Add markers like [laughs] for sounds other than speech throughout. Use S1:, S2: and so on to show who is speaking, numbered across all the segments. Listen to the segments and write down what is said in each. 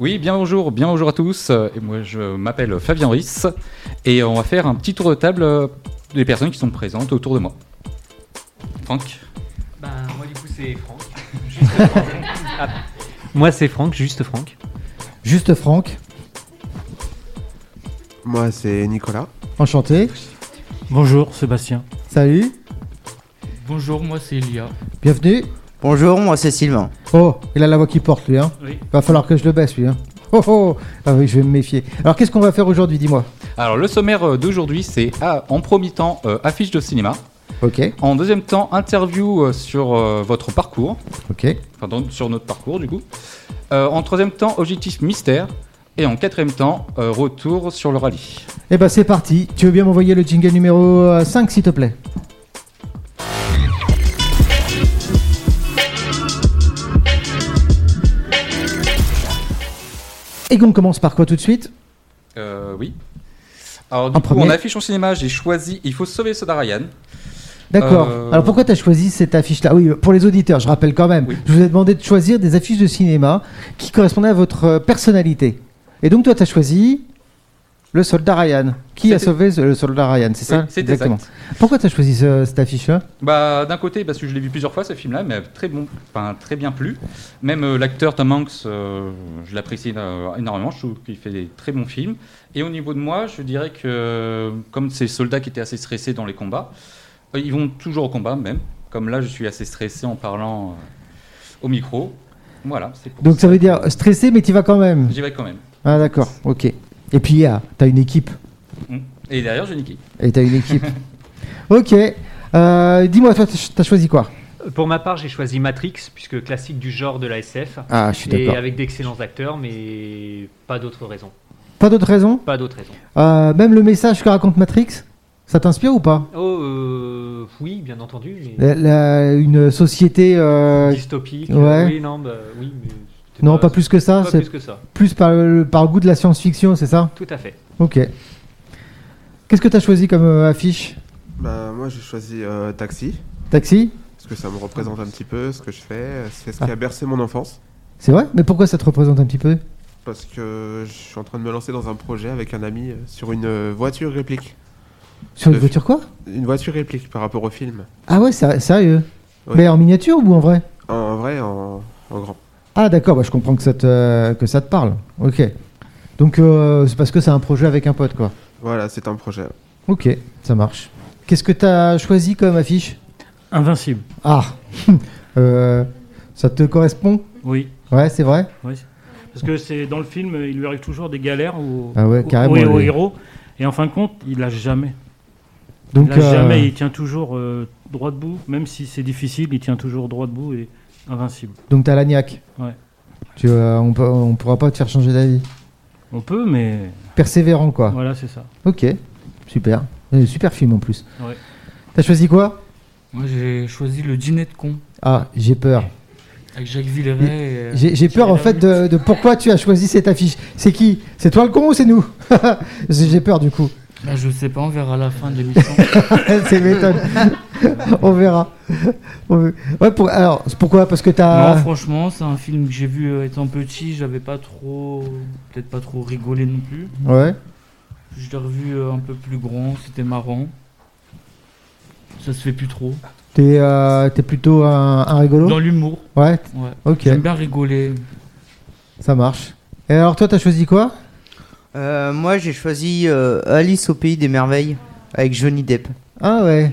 S1: bien bonjour, bien bonjour à tous. Euh, Et moi, je m'appelle Fabien Riss et on va faire un petit tour de table euh, des personnes qui sont présentes autour de moi. Franck,
S2: Ben, moi, du coup, c'est Franck. Juste Franck. Ah. Moi, c'est Franck, juste Franck.
S3: Juste Franck,
S4: Moi, c'est Nicolas.
S3: enchanté.
S5: Bonjour Sébastien.
S3: Salut,
S6: Bonjour, moi c'est Elia.
S3: bienvenue.
S7: Bonjour, moi c'est Sylvain.
S3: Oh, il a la voix qui porte lui. Hein.
S6: Oui.
S3: Va falloir que je le baisse lui. Hein. Oh oh, ah oui, je vais me méfier. Alors qu'est-ce qu'on va faire aujourd'hui, dis-moi
S1: alors le sommaire euh, d'aujourd'hui, c'est ah, en premier temps euh, affiche de cinéma,
S3: Ok,
S1: en deuxième temps interview euh, sur euh, votre parcours,
S3: ok.
S1: enfin dans- sur notre parcours du coup, Euh, en troisième temps objectif mystère et en quatrième temps euh, retour sur le rallye.
S3: Eh ben c'est parti. Tu veux bien m'envoyer le jingle numéro 5 s'il te plaît Et qu'on commence par quoi tout de suite
S1: Euh, oui. Alors du
S3: En
S1: coup,
S3: premier.
S1: en affiche en cinéma, j'ai choisi Il faut sauver Soda Ryan.
S3: D'accord.
S1: Euh,
S3: Alors pourquoi tu as choisi cette affiche-là Oui, pour les auditeurs, je rappelle quand même,
S1: Oui.
S3: je vous ai demandé de choisir des affiches de cinéma qui correspondaient à votre euh, personnalité. Et donc toi, tu as choisi le soldat Ryan. Qui a
S1: C'était-
S3: sauvé ce- le soldat Ryan C'est ça
S1: Oui, c'est
S3: Exactement.
S1: exact.
S3: Pourquoi tu as choisi ce- cette affiche-là
S1: Bah, d'un côté, parce que je l'ai vu plusieurs fois ce film-là, mais très bon, enfin, très bien plu. Même euh, l'acteur Tom Hanks, euh, je l'apprécie euh, énormément. Je trouve qu'il fait des très bons films. Et au niveau de moi, je dirais que euh, comme ces soldats qui étaient assez stressés dans les combats, euh, ils vont toujours au combat même. Comme là, je suis assez stressé en parlant euh, au micro. Voilà. c'est pour
S3: Donc ça veut dire euh, stressé, mais tu vas quand même.
S1: J'y vais quand même.
S3: Ah d'accord, ok. Et puis, ah, tu as une équipe.
S1: Mm. Et derrière, j'ai niqué.
S3: Et tu as
S1: [laughs]
S3: une équipe. ok. Euh, Dis-moi, toi, tu as choisi quoi
S2: Pour ma part, j'ai choisi Matrix, puisque classique du genre de la SF.
S3: Ah, je suis
S2: Et
S3: d'accord.
S2: avec d'excellents acteurs, mais pas d'autres raisons.
S3: Pas d'autre raison
S2: Pas d'autres raisons.
S3: Euh, Même le message que raconte Matrix, ça t'inspire ou pas
S2: Oh, euh, oui, bien entendu,
S3: La-
S2: mais
S3: la- une société. euh,
S2: dystopique.
S3: ouais.
S2: euh, Oui, non, bah, oui, mais c'était
S3: non, pas plus que ça,
S2: pas
S3: c'est
S2: plus que ça.
S3: plus par le, par le goût de la science-fiction, c'est ça
S2: Tout à fait.
S3: Ok. Qu'est-ce que tu as choisi comme euh, affiche
S4: Bah, moi, j'ai choisi euh, Taxi,
S3: Taxi
S4: parce que ça me représente un petit peu ce que je fais. C'est ce qui a bercé mon enfance,
S3: C'est vrai Mais pourquoi ça te représente un petit peu
S4: parce que je suis en train de me lancer dans un projet avec un ami euh, sur une euh, voiture réplique.
S3: Sur une
S4: Le-
S3: voiture quoi
S4: Une voiture réplique par rapport au film.
S3: Ah ouais, sé- sérieux
S4: Ouais.
S3: Mais en miniature ou en vrai
S4: En, en vrai, en, en grand.
S3: Ah d'accord, bah, je comprends que ça te, que ça te parle. Ok. Donc euh, c'est parce que c'est un projet avec un pote quoi.
S4: Voilà, c'est un projet.
S3: Ok, ça marche. Qu'est-ce que tu as choisi comme affiche
S5: Invincible.
S3: Ah [laughs] Euh, Ça te correspond
S5: Oui.
S3: Ouais, c'est vrai
S5: oui. Parce que c'est dans le film, il lui arrive toujours des galères au,
S3: Ah ouais,
S5: au-
S3: carrément,
S5: au- au
S3: lui.
S5: héros. Et en fin de compte, il a jamais.
S3: Donc,
S5: il a
S3: euh,
S5: jamais. Il tient toujours euh, droit debout, même si c'est difficile, il tient toujours droit debout et invincible.
S3: Donc t'as l'agnac.
S5: Ouais.
S3: Tu, euh, on, peut- on pourra pas te faire changer d'avis.
S5: On peut, mais
S3: Persévérant quoi.
S5: voilà, c'est ça.
S3: Ok, super. Euh, Super film en plus.
S5: Ouais.
S3: T'as choisi quoi
S6: Moi j'ai choisi le dîner de con
S3: Ah, j'ai peur.
S5: Euh,
S6: avec Jacques Villeray. et- euh,
S3: J'ai j'ai peur en fait de, de pourquoi tu as choisi cette affiche. C'est qui C'est toi le con ou c'est nous [laughs] J'ai j'ai peur du coup. [laughs]
S6: Là, ben, je sais pas, on verra à la fin de l'émission.
S3: c'est m'étonne. [laughs] on verra. On veut- Ouais, pour- alors, c'est pourquoi Parce que
S6: non,
S3: t'as.
S6: franchement, c'est un film que j'ai vu euh, étant petit, j'avais pas trop. Peut-être pas trop rigolé non plus.
S3: Ouais.
S6: Je l'ai revu euh, un peu plus grand, c'était marrant. Ça se fait plus trop.
S3: T'es euh, t'es plutôt un, un rigolo
S6: Dans l'humour,
S3: Ouais,
S6: ouais.
S3: Oh. ok,
S6: J'aime bien rigoler.
S3: ça marche. Et alors, toi, t'as choisi quoi
S7: Euh, moi j'ai choisi euh, Alice au pays des merveilles avec Johnny Depp.
S3: Ah ouais.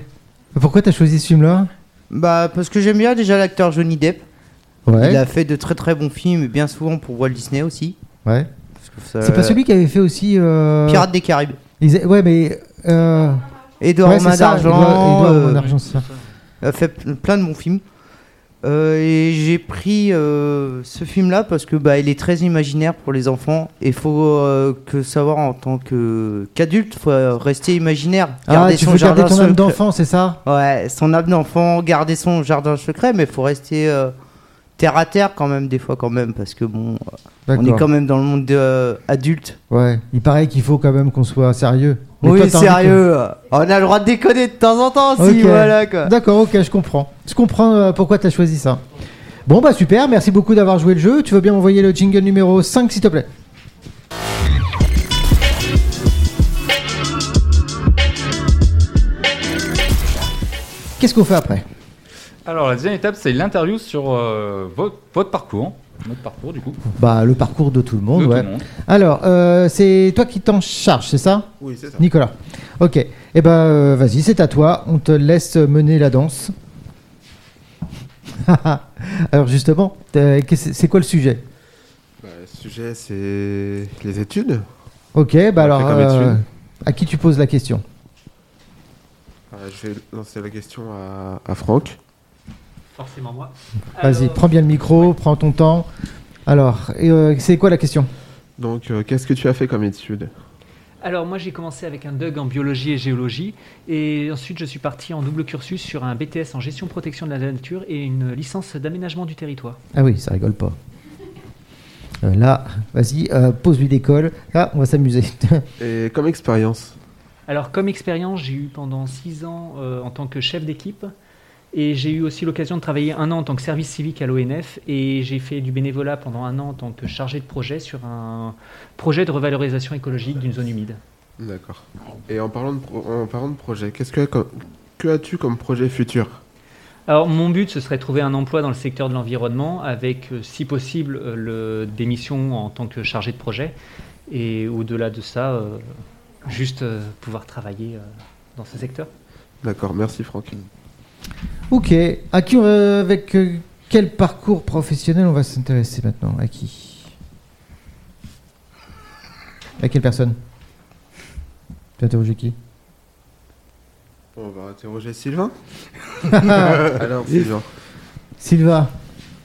S3: Pourquoi t'as choisi ce film-là
S7: Bah parce que j'aime bien déjà l'acteur Johnny Depp.
S3: Ouais.
S7: Il a fait de très très bons films et bien souvent pour Walt Disney aussi.
S3: ouais.
S7: Parce que ça-
S3: C'est pas celui qui avait fait aussi. euh,
S7: Pirates des Caraïbes.
S3: ils a- Ouais, mais. Euh...
S7: Edouard
S3: ouais,
S7: en main
S3: c'est ça, Edouard-
S7: d'argent.
S3: Edouard en
S7: euh,
S3: main d'argent, c'est ça.
S7: a fait p- plein de bons films. Euh, et j'ai pris euh, ce film-là parce que bah, il est très imaginaire pour les enfants. Et faut euh, que savoir en tant que qu'adulte, faut euh, rester imaginaire.
S3: Ah, tu veux garder ton âme
S7: secret.
S3: d'enfant, c'est ça
S7: Ouais, son âme d'enfant, garder son jardin secret, mais faut rester euh, terre à terre quand même des fois quand même parce que bon, on est quand même dans le monde euh, adulte.
S3: Ouais. Il paraît qu'il faut quand même qu'on soit sérieux. Mais
S7: oui,
S3: toi, t'as envie que-
S7: sérieux. euh, On a le droit de déconner de temps en temps, si
S3: Ok.
S7: voilà quoi.
S3: D'accord, ok, je comprends. Je comprends euh, pourquoi tu as choisi ça. Bon, bah super, merci beaucoup d'avoir joué le jeu. Tu veux bien m'envoyer le jingle numéro 5, s'il te plaît Qu'est-ce qu'on fait après
S1: Alors, la deuxième étape, c'est l'interview sur euh, votre, votre parcours. Notre parcours, du coup.
S3: Bah, le parcours de tout le
S1: de
S3: monde,
S1: tout
S3: ouais.
S1: le monde.
S3: Alors, euh, c'est toi qui t'en charge, c'est ça
S4: Oui, c'est ça.
S3: Nicolas. Ok. Eh ben, euh, vas-y, c'est à toi. On te laisse mener la danse. [laughs] Alors, justement, euh, qu'est-ce- c'est quoi le sujet
S4: Bah, le sujet, c'est les études.
S3: Ok, bah
S4: On a fait
S3: alors,
S4: comme
S3: euh,
S4: étude.
S3: à qui tu poses la question
S4: Euh, je vais lancer la question à, à Franck.
S2: Forcément moi.
S3: Vas-y,
S2: Alors, euh,
S3: prends bien le micro, prends ton temps. Alors, et, euh, c'est quoi la question
S4: Donc, euh, qu'est-ce que tu as fait comme études
S2: Alors moi j'ai commencé avec un DUG en biologie et géologie et ensuite je suis parti en double cursus sur un BTS en gestion protection de la nature et une licence d'aménagement du territoire.
S3: Ah oui, ça rigole pas. Euh, là, vas-y, euh, pose-lui des cols. Là, on va s'amuser. [laughs]
S4: Et comme expérience
S2: Alors comme expérience j'ai eu pendant six ans euh, en tant que chef d'équipe et j'ai eu aussi l'occasion de travailler un an en tant que service civique à l'ONF et j'ai fait du bénévolat pendant un an en tant que chargé de projet sur un projet de revalorisation écologique d'une zone humide.
S4: D'accord. Et en parlant de, pro- en parlant de projet, qu'est-ce que, comme- que as-tu comme projet futur
S2: Alors mon but ce serait de trouver un emploi dans le secteur de l'environnement avec euh, si possible euh, le, des missions en tant que chargé de projet et au-delà de ça euh, juste euh, pouvoir travailler euh, dans ce secteur.
S4: D'accord, merci Franck.
S3: ok, à qui, euh, avec euh, quel parcours professionnel on va s'intéresser maintenant À qui À quelle personne Tu as interrogé qui
S4: On va interroger Sylvain. [laughs] Alors Sylvain,
S3: Sylvain.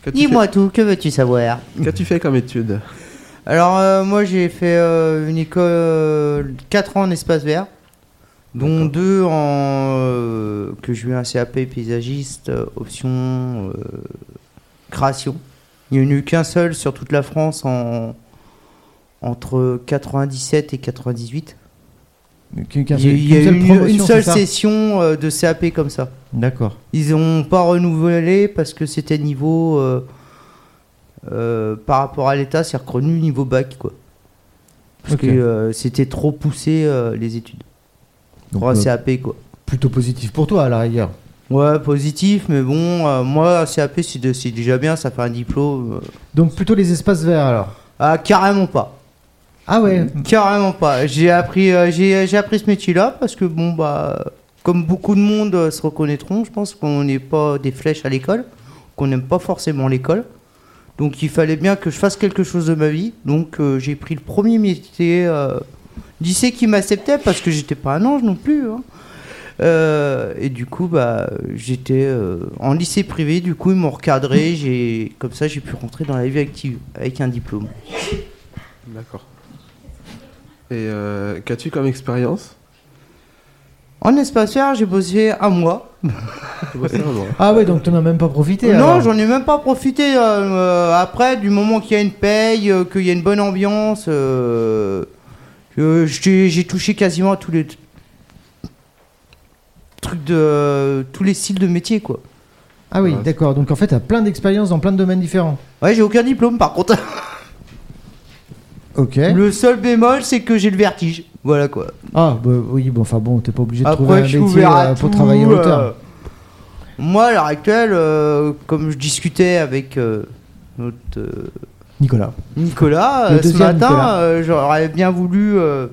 S4: qu'as-tu fait-
S7: Dis-moi tout, que veux-tu savoir
S4: qu'as-tu fait comme études
S7: Alors, euh, moi, j'ai fait euh, une école 4 ans en espace vert, dont
S4: D'accord.
S7: 2 en. euh, que j'ai eu un CAP paysagiste, euh, option euh, création. Il n'y en a eu qu'un seul sur toute la France en, entre 97 et 98.
S3: Qu'un- qu'un
S7: Il y a-
S3: seul-
S7: il y a eu une,
S3: promotion,
S7: une seule
S3: c'est ça
S7: session euh, de CAP comme ça.
S3: D'accord.
S7: Ils n'ont pas renouvelé parce que c'était niveau. euh, euh, par rapport à l'État, c'est reconnu niveau bac, quoi. Parce
S3: Ok.
S7: que euh, c'était trop poussé euh, les études.
S3: Donc,
S7: Pour un
S3: euh,
S7: CAP, quoi.
S3: plutôt positif pour toi à la rigueur.
S7: Ouais, positif, mais bon, euh, moi, un CAP, c'est de- c'est déjà bien, ça fait un diplôme. euh.
S3: Donc plutôt les espaces verts alors.
S7: Ah, carrément pas.
S3: Ah ouais.
S7: [laughs] Carrément pas. J'ai appris, euh, j'ai, j'ai appris ce métier-là parce que bon bah, comme beaucoup de monde euh, se reconnaîtront, je pense qu'on n'est pas des flèches à l'école, qu'on n'aime pas forcément l'école. Donc il fallait bien que je fasse quelque chose de ma vie. Donc euh, j'ai pris le premier métier euh, lycée qui m'acceptait parce que j'étais pas un ange non plus. hein. Euh, et du coup bah j'étais euh, en lycée privé. Du coup ils m'ont recadré. J'ai comme ça j'ai pu rentrer dans la vie active avec un diplôme.
S4: D'accord. Et euh, qu'as-tu comme expérience
S7: En espace vert, j'ai bossé un mois.
S4: Tu vois ça, moi
S3: Ah ouais, donc t'en as même pas profité.
S7: Non,
S3: alors.
S7: j'en ai même pas profité. euh, euh, après, du moment qu'il y a une paye, euh, qu'il y a une bonne ambiance, euh, euh, j'ai j'ai touché quasiment à tous les t- trucs de tous les styles de métier, quoi.
S3: Ah oui,
S4: Ouais.
S3: d'accord. Donc en fait, t'as plein d'expériences dans plein de domaines différents.
S7: Ouais, j'ai aucun diplôme par contre.
S3: Ok.
S7: [laughs] Le seul bémol, c'est que j'ai le vertige. Voilà quoi.
S3: Ah bah, oui, bon, enfin bon, t'es pas obligé de trouver
S7: Après,
S3: un
S7: je suis
S3: métier
S7: ouvert à
S3: euh, pour
S7: tout,
S3: travailler en
S7: euh,
S3: hauteur.
S7: Moi, à l'heure actuelle, euh, comme je discutais avec euh, notre euh,
S3: Nicolas.
S7: Nicolas,
S3: Le
S7: euh, ce
S3: deuxième
S7: matin,
S3: Nicolas.
S7: euh, j'aurais bien voulu euh,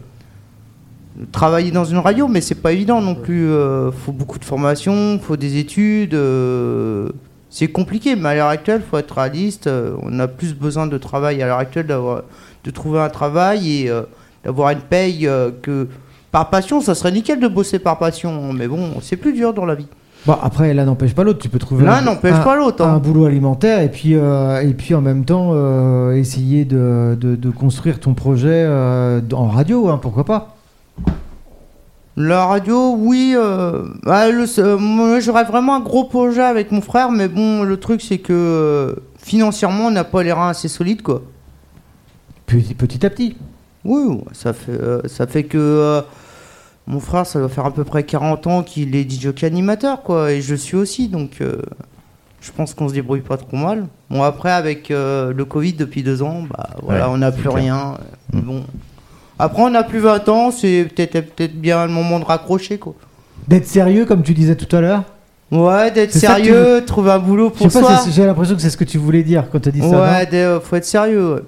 S7: travailler dans une radio, mais c'est pas évident non plus. euh, faut beaucoup de formation, faut des études. euh, c'est compliqué, mais à l'heure actuelle, faut être réaliste. euh, on a plus besoin de travail à l'heure actuelle, d'avoir, de trouver un travail et euh, d'avoir une paye euh, que par passion. Ça serait nickel de bosser par passion, mais bon, c'est plus dur dans la vie.
S3: Bon, après, l'un n'empêche pas l'autre. Tu peux trouver
S7: L'un
S3: un-
S7: n'empêche
S3: un-
S7: pas l'autre.
S3: un
S7: hein.
S3: boulot alimentaire et puis, euh, et puis en même temps euh, essayer de, de- de construire ton projet euh, en radio, hein, pourquoi pas
S7: La radio, oui. euh, bah, le- euh, moi, j'aurais vraiment un gros projet avec mon frère, mais bon, le truc, c'est que euh, financièrement, on n'a pas les reins assez solides, quoi.
S3: Petit, petit à petit.
S7: Oui, ça fait, euh, ça fait que euh, mon frère, ça doit faire à peu près 40 ans qu'il est DJ animateur, quoi, et je suis aussi, donc euh, je pense qu'on se débrouille pas trop mal. Bon, après, avec euh, le Covid depuis deux ans, bah voilà,
S3: Ouais,
S7: on n'a plus rien. mais Bon. Après, on n'a plus 20 ans, c'est peut-être peut-être bien le moment de raccrocher, quoi.
S3: D'être sérieux, comme tu disais tout à l'heure
S7: Ouais, d'être
S3: C'est ça que
S7: sérieux, trouver un boulot
S3: Je
S7: pour
S3: sais
S7: soi.
S3: pas, c'est- j'ai l'impression que c'est ce que tu voulais dire quand tu as dit ça.
S7: ouais,
S3: non
S7: de- faut être sérieux. ouais.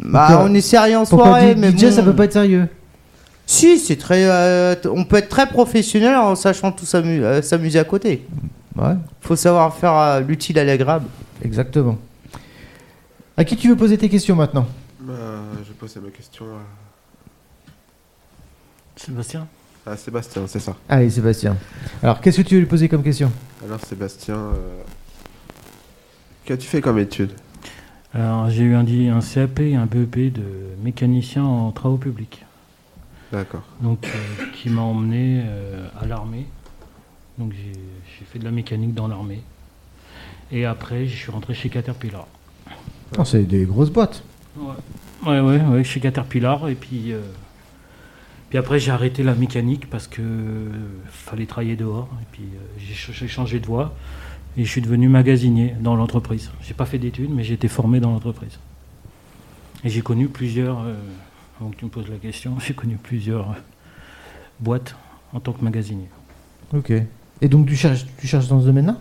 S7: Bah,
S3: Pourquoi-
S7: on est sérieux en
S3: Pourquoi
S7: soirée,
S3: D-
S7: mais
S3: DJ,
S7: bon.
S3: ça peut pas être sérieux
S7: Si, c'est très. euh, t- on peut être très professionnel en sachant tout s'amu- euh, s'amuser à côté.
S3: Ouais,
S7: Faut savoir faire euh, l'utile à l'agréable.
S3: exactement. À qui tu veux poser tes questions maintenant
S4: Bah, je pose ma question
S5: Sébastien
S4: à, à Sébastien, c'est ça.
S3: Allez, Sébastien. Alors, qu'est-ce que tu veux lui poser comme question
S4: Alors Sébastien, euh, qu'as-tu fait comme étude
S5: Alors, j'ai eu un, di- un CAP et un BEP de mécanicien en travaux publics,
S4: D'accord.
S5: donc euh, qui m'a emmené euh, à l'armée. Donc, j'ai j'ai fait de la mécanique dans l'armée. Et après, je suis rentré chez Caterpillar.
S3: Non, C'est des grosses boîtes.
S5: Ouais, ouais, ouais, ouais, chez Caterpillar. Et puis, euh, puis après, j'ai arrêté la mécanique parce que euh, fallait travailler dehors. Et puis, euh, j'ai ch- j'ai changé de voie et je suis devenu magasinier dans l'entreprise. J'ai pas fait d'études, mais j'ai été formé dans l'entreprise. Et j'ai connu plusieurs. euh, avant que tu me poses la question, [laughs] j'ai connu plusieurs euh, boîtes en tant que magasinier.
S3: Ok. Et donc, tu cherches, tu cherches dans ce domaine-là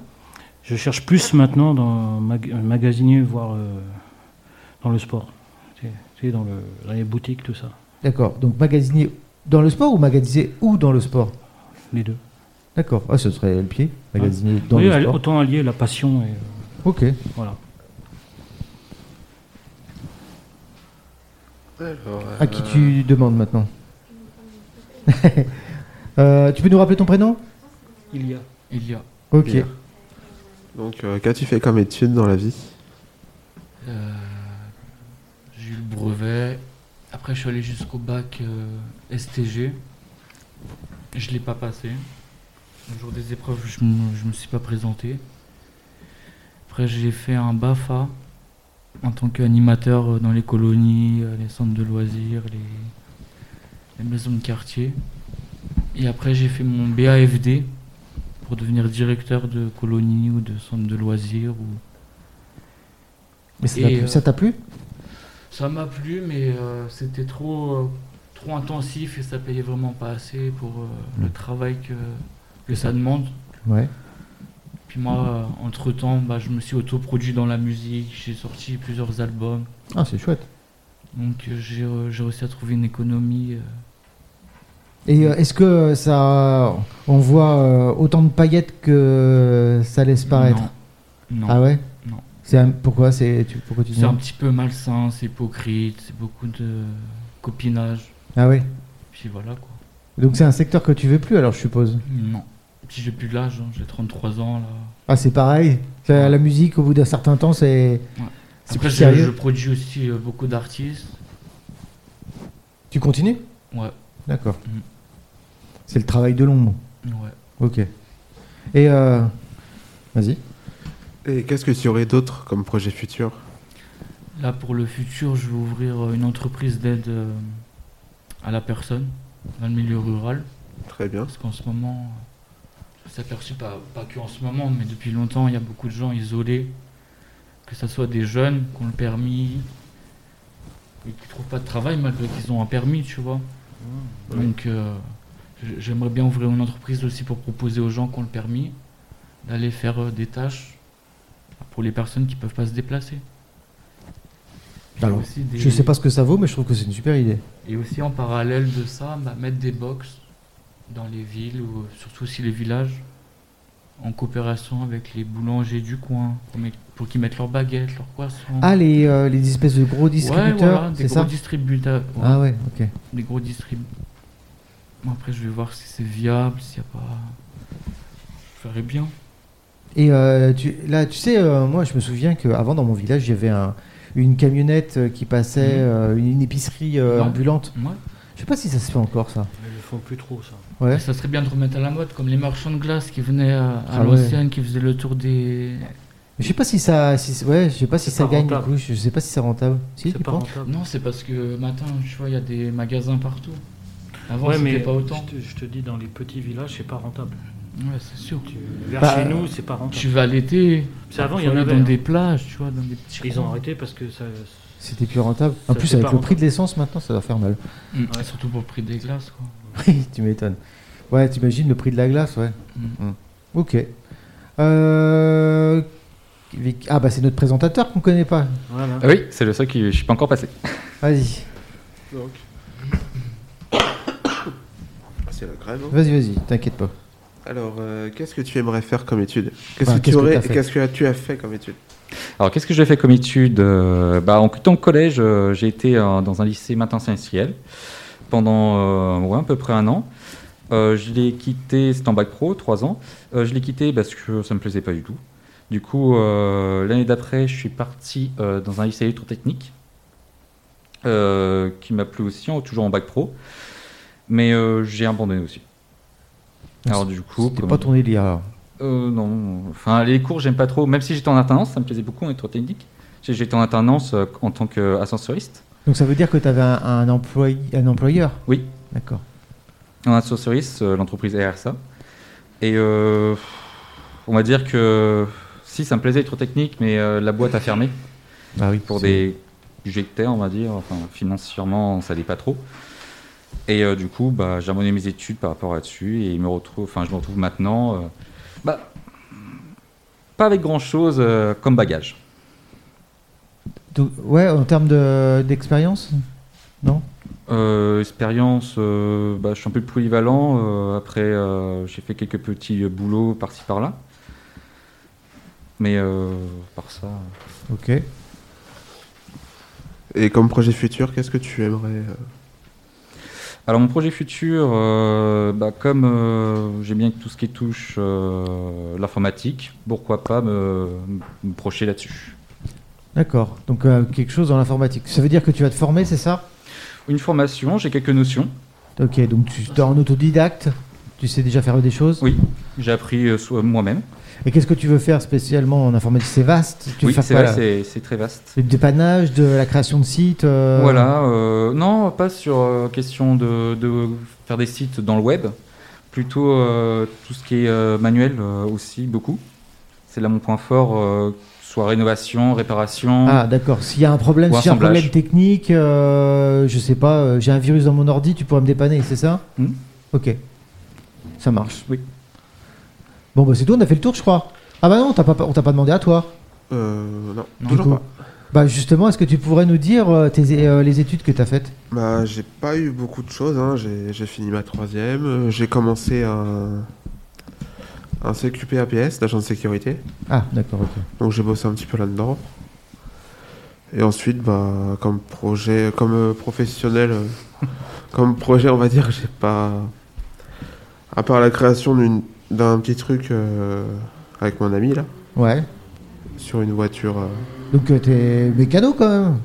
S5: Je cherche plus maintenant dans mag- euh, magasinier, voire euh, dans le sport. Tu sais- tu sais, dans, le, dans les boutiques, tout ça.
S3: D'accord. Donc, magasinier dans le sport ou magasinier ou dans le sport
S5: Les deux.
S3: D'accord. Ah, ce serait le pied. Magasinier dans
S5: oui,
S3: le
S5: elle-
S3: sport.
S5: autant allier la passion et euh,
S3: Ok.
S5: voilà.
S4: euh,
S3: À qui tu demandes maintenant [laughs] Euh, Tu peux nous rappeler ton prénom
S5: Il y a.
S6: Il y a.
S3: Ok.
S4: Pierre. Donc, euh, qu'as-tu fait comme étude dans la vie
S6: euh, j'ai eu le brevet. Après, je suis allé jusqu'au bac euh, STG. Je l'ai pas passé. Le jour des épreuves, je m- je me suis pas présenté. Après, j'ai fait un BAFA en tant qu'animateur euh, dans les colonies, euh, les centres de loisirs, les, les maisons de quartier. Et après, j'ai fait mon BAFD pour devenir directeur de colonies ou de centres de loisirs ou
S3: Mais ça t'a
S6: Et,
S3: plu-
S6: euh,
S3: ça t'a plu
S6: Ça m'a plu, mais euh, c'était trop, euh, trop intensif et ça payait vraiment pas assez pour euh, le travail que, que ça demande.
S3: Mm. Ouais.
S6: Puis moi, euh, entre-temps, bah, je me suis autoproduit dans la musique, j'ai sorti plusieurs albums.
S3: Ah, c'est chouette.
S6: Donc euh, j'ai euh, j'ai réussi à trouver une économie. euh.
S3: Et euh, est-ce que ça. On voit euh, autant de paillettes que ça laisse paraître
S6: Non. non.
S3: Ah ouais
S6: Non.
S3: C'est un- pourquoi c'est tu pourquoi tu dis
S6: C'est un
S3: non
S6: petit peu malsain, c'est hypocrite, c'est beaucoup de copinage.
S3: Ah ouais.
S6: Puis voilà quoi.
S3: Donc c'est un secteur que tu veux plus alors je suppose.
S6: Non. Puis j'ai plus de l'âge, hein, j'ai 33 ans là.
S3: Ah c'est pareil. Ça, La musique au bout d'un certain temps c'est
S6: Ouais.
S3: c'est
S6: Après,
S3: plus
S6: je,
S3: sérieux.
S6: je produis aussi euh, beaucoup d'artistes.
S3: Tu continues
S6: Ouais,
S3: D'accord.
S6: Mm.
S3: C'est le travail de l'ombre.
S6: ouais.
S3: Ok. Et euh... vas-y.
S4: Et qu'est-ce que tu aurais d'autre comme projet futur
S6: Là, pour le futur, je vais ouvrir euh, une entreprise d'aide euh, à la personne dans le milieu rural.
S4: Très bien.
S6: Parce qu'en ce moment, euh, je s'aperçois pas, pas que en ce moment, mais depuis longtemps, il y a beaucoup de gens isolés, que ce soit des jeunes qui ont le permis et qui trouvent pas de travail malgré qu'ils ont un permis, tu vois. Donc, euh, j- j'aimerais bien ouvrir une entreprise aussi pour proposer aux gens qui ont le permis d'aller faire euh, des tâches pour les personnes qui peuvent pas se déplacer. Puis
S3: Alors,
S6: aussi des-
S3: Je sais pas ce que ça vaut mais je trouve que c'est une super idée.
S6: et aussi en parallèle de ça, bah, mettre des box dans les villes ou euh, surtout aussi les villages, en coopération avec les boulangers du coin, pour, met- pour qu'ils mettent leurs baguettes, leurs poissons.
S3: Ah les, euh, les espèces de gros
S6: ouais,
S3: distributeurs,
S6: voilà, des
S3: c'est
S6: gros
S3: ça
S6: distributeurs. ouais,
S3: Ah ouais, OK.
S6: Des gros distrib. Bon, après, je vais voir si c'est viable, s'il n'y a pas. Je ferai bien.
S3: Et euh, tu, là, tu sais, euh, moi, je me souviens qu'avant, dans mon village, il y avait un- une camionnette euh, qui passait,
S6: Mhm.
S5: Mm.
S3: euh, une, une épicerie euh,
S6: Ouais.
S3: ambulante.
S6: Ouais.
S3: Je sais pas si ça se fait encore, ça.
S5: Mais ils le font plus trop, ça.
S3: Ouais.
S6: Ça serait bien de remettre à la mode, comme les marchands de glace qui venaient à, à
S3: Ah ouais.
S6: l'ancienne, qui faisaient le tour des.
S3: Mais je sais pas si ça, si, ouais, je sais pas si
S5: C'est
S3: ça
S5: pas
S3: gagne du
S5: rentable.
S3: coup. Je sais pas si c'est rentable. Si,
S5: C'est
S3: tu
S5: pas
S3: penses
S5: rentable.
S6: Non, c'est parce que maintenant, tu vois, il y a des magasins partout. Avant,
S5: Ouais,
S6: c'était
S5: mais
S6: pas autant.
S5: Je, te, je te dis, dans les petits villages, c'est pas rentable.
S6: Ouais, c'est sûr.
S5: Tu- Vers
S3: Bah,
S5: chez nous, c'est pas rentable.
S6: Tu vas l'été.
S5: C'est avant, il y
S6: tu
S5: en
S6: vas
S5: avait.
S6: dans
S5: hein.
S6: des plages, tu vois, dans des petits.
S5: Ils
S6: coins.
S5: ont arrêté parce que ça.
S3: C'était plus rentable. En
S5: Ça,
S3: plus,
S5: c'est
S3: avec
S5: pas
S3: le prix de
S5: rentable.
S3: l'essence maintenant, ça va faire mal. [laughs]
S6: Mm.
S5: Ouais.
S6: Surtout pour le prix des glaces, quoi.
S3: Oui, tu m'étonnes. Ouais, t'imagines le prix de la glace, ouais.
S6: Mm.
S3: Mm. Ok. Euh, Vic- Ah bah c'est notre présentateur qu'on connaît pas.
S5: Voilà.
S1: Ah oui, c'est le seul qui je suis pas encore passé.
S3: Vas-y,
S4: Donc. Ah, C'est la grève. hein.
S3: vas-y, vas-y, t'inquiète pas.
S4: Alors, euh, qu'est-ce que tu aimerais faire comme étude Qu'est-ce
S3: Enfin,
S4: que
S3: qu'est-ce
S4: tu
S3: que
S4: aurais
S3: t'as fait
S4: Qu'est-ce que tu as fait comme étude
S1: Alors, qu'est-ce que j'ai fait comme étude Euh, bah, En quittant le collège, euh, j'ai été euh, dans un lycée maintenance industrielle pendant euh, ouais, à peu près un an. Euh, je l'ai quitté, c'était en bac pro, trois ans. Euh, je l'ai quitté parce que ça me plaisait pas du tout. Du coup, euh, l'année d'après, je suis parti euh, dans un lycée électrotechnique euh, qui m'a plu aussi, en- toujours en bac pro. Mais euh, j'ai abandonné aussi. Alors, du coup,
S3: Ah, C'était
S1: comme-
S3: pas ton délire alors.
S1: euh, non, enfin les cours j'aime pas trop, même si j'étais en alternance, ça me plaisait beaucoup en électrotechnique. J'ai- J'étais en alternance euh, en tant qu'ascensoriste.
S3: Donc ça veut dire que t'avais un, un, employé, un employeur
S1: Oui.
S3: D'accord.
S1: En ascensoriste, euh, l'entreprise RSA. Et euh, on va dire que si ça me plaisait électrotechnique, mais euh, la boîte a fermé
S3: Bah oui,
S1: pour
S3: c'est-
S1: des budgétaires, on va dire. Enfin, financièrement, ça allait pas trop. Et euh, du coup, bah, j'ai abandonné mes études par rapport à là-dessus et me retrouve, enfin, je me retrouve maintenant, euh, bah, pas avec grand chose comme bagage.
S3: Donc, ouais, en termes de- d'expérience Non
S1: Euh, expérience, euh, bah, je suis un peu polyvalent. euh, après, euh, j'ai fait quelques petits euh, boulots par-ci par-là. Mais euh, par ça. euh.
S3: Ok.
S4: Et comme projet futur, qu'est-ce que tu aimerais euh,
S1: Alors, mon projet futur, euh, bah, comme euh, j'aime bien tout ce qui touche euh, l'informatique, pourquoi pas me, me procher là-dessus
S3: D'accord. Donc euh, quelque chose dans l'informatique. Ça veut dire que tu vas te former, c'est ça
S1: Une formation, j'ai quelques notions.
S3: Ok, donc tu es en autodidacte, tu sais déjà faire des choses.
S1: Oui. J'ai appris euh, so- moi-même.
S3: Et qu'est-ce que tu veux faire spécialement en informatique C'est vaste tu veux
S1: Oui,
S3: faire
S1: c'est
S3: quoi,
S1: vrai,
S3: là
S1: c'est- c'est très vaste.
S3: Du dépannage, de la création de sites euh,
S1: Voilà, euh, non, pas sur euh, question de, de faire des sites dans le web, plutôt euh, tout ce qui est euh, manuel euh, aussi, beaucoup. C'est là mon point fort, euh, soit rénovation, réparation.
S3: Ah, d'accord. S'il y a un problème,
S1: Ou
S3: s'il y a un
S1: assemblage.
S3: problème technique, euh, je sais pas, euh, j'ai un virus dans mon ordi, tu pourrais me dépanner, c'est ça
S1: Mhm.
S3: Ok. Ça marche.
S1: Oui.
S3: Bon, bah c'est tout, on a fait le tour, je crois. Ah, bah non, on t'a pas, on t'a pas demandé à toi.
S4: euh, non,
S3: Du
S4: toujours
S3: coup.
S4: pas.
S3: Bah justement, est-ce que tu pourrais nous dire euh, tes, euh, les études que tu as faites
S4: Bah, j'ai pas eu beaucoup de choses. hein. J'ai j'ai fini ma troisième. euh, J'ai commencé un un CQP APS d'agent de sécurité.
S3: Ah, d'accord, ok.
S4: Donc j'ai bossé un petit peu là-dedans. Et ensuite, bah, comme projet, comme euh, professionnel, euh,
S3: [laughs]
S4: comme projet, on va dire, j'ai pas. À part la création d'une- d'un petit truc euh, avec mon ami là,
S3: Ouais.
S4: sur une voiture. euh.
S3: Donc euh, t'es mécano quand même.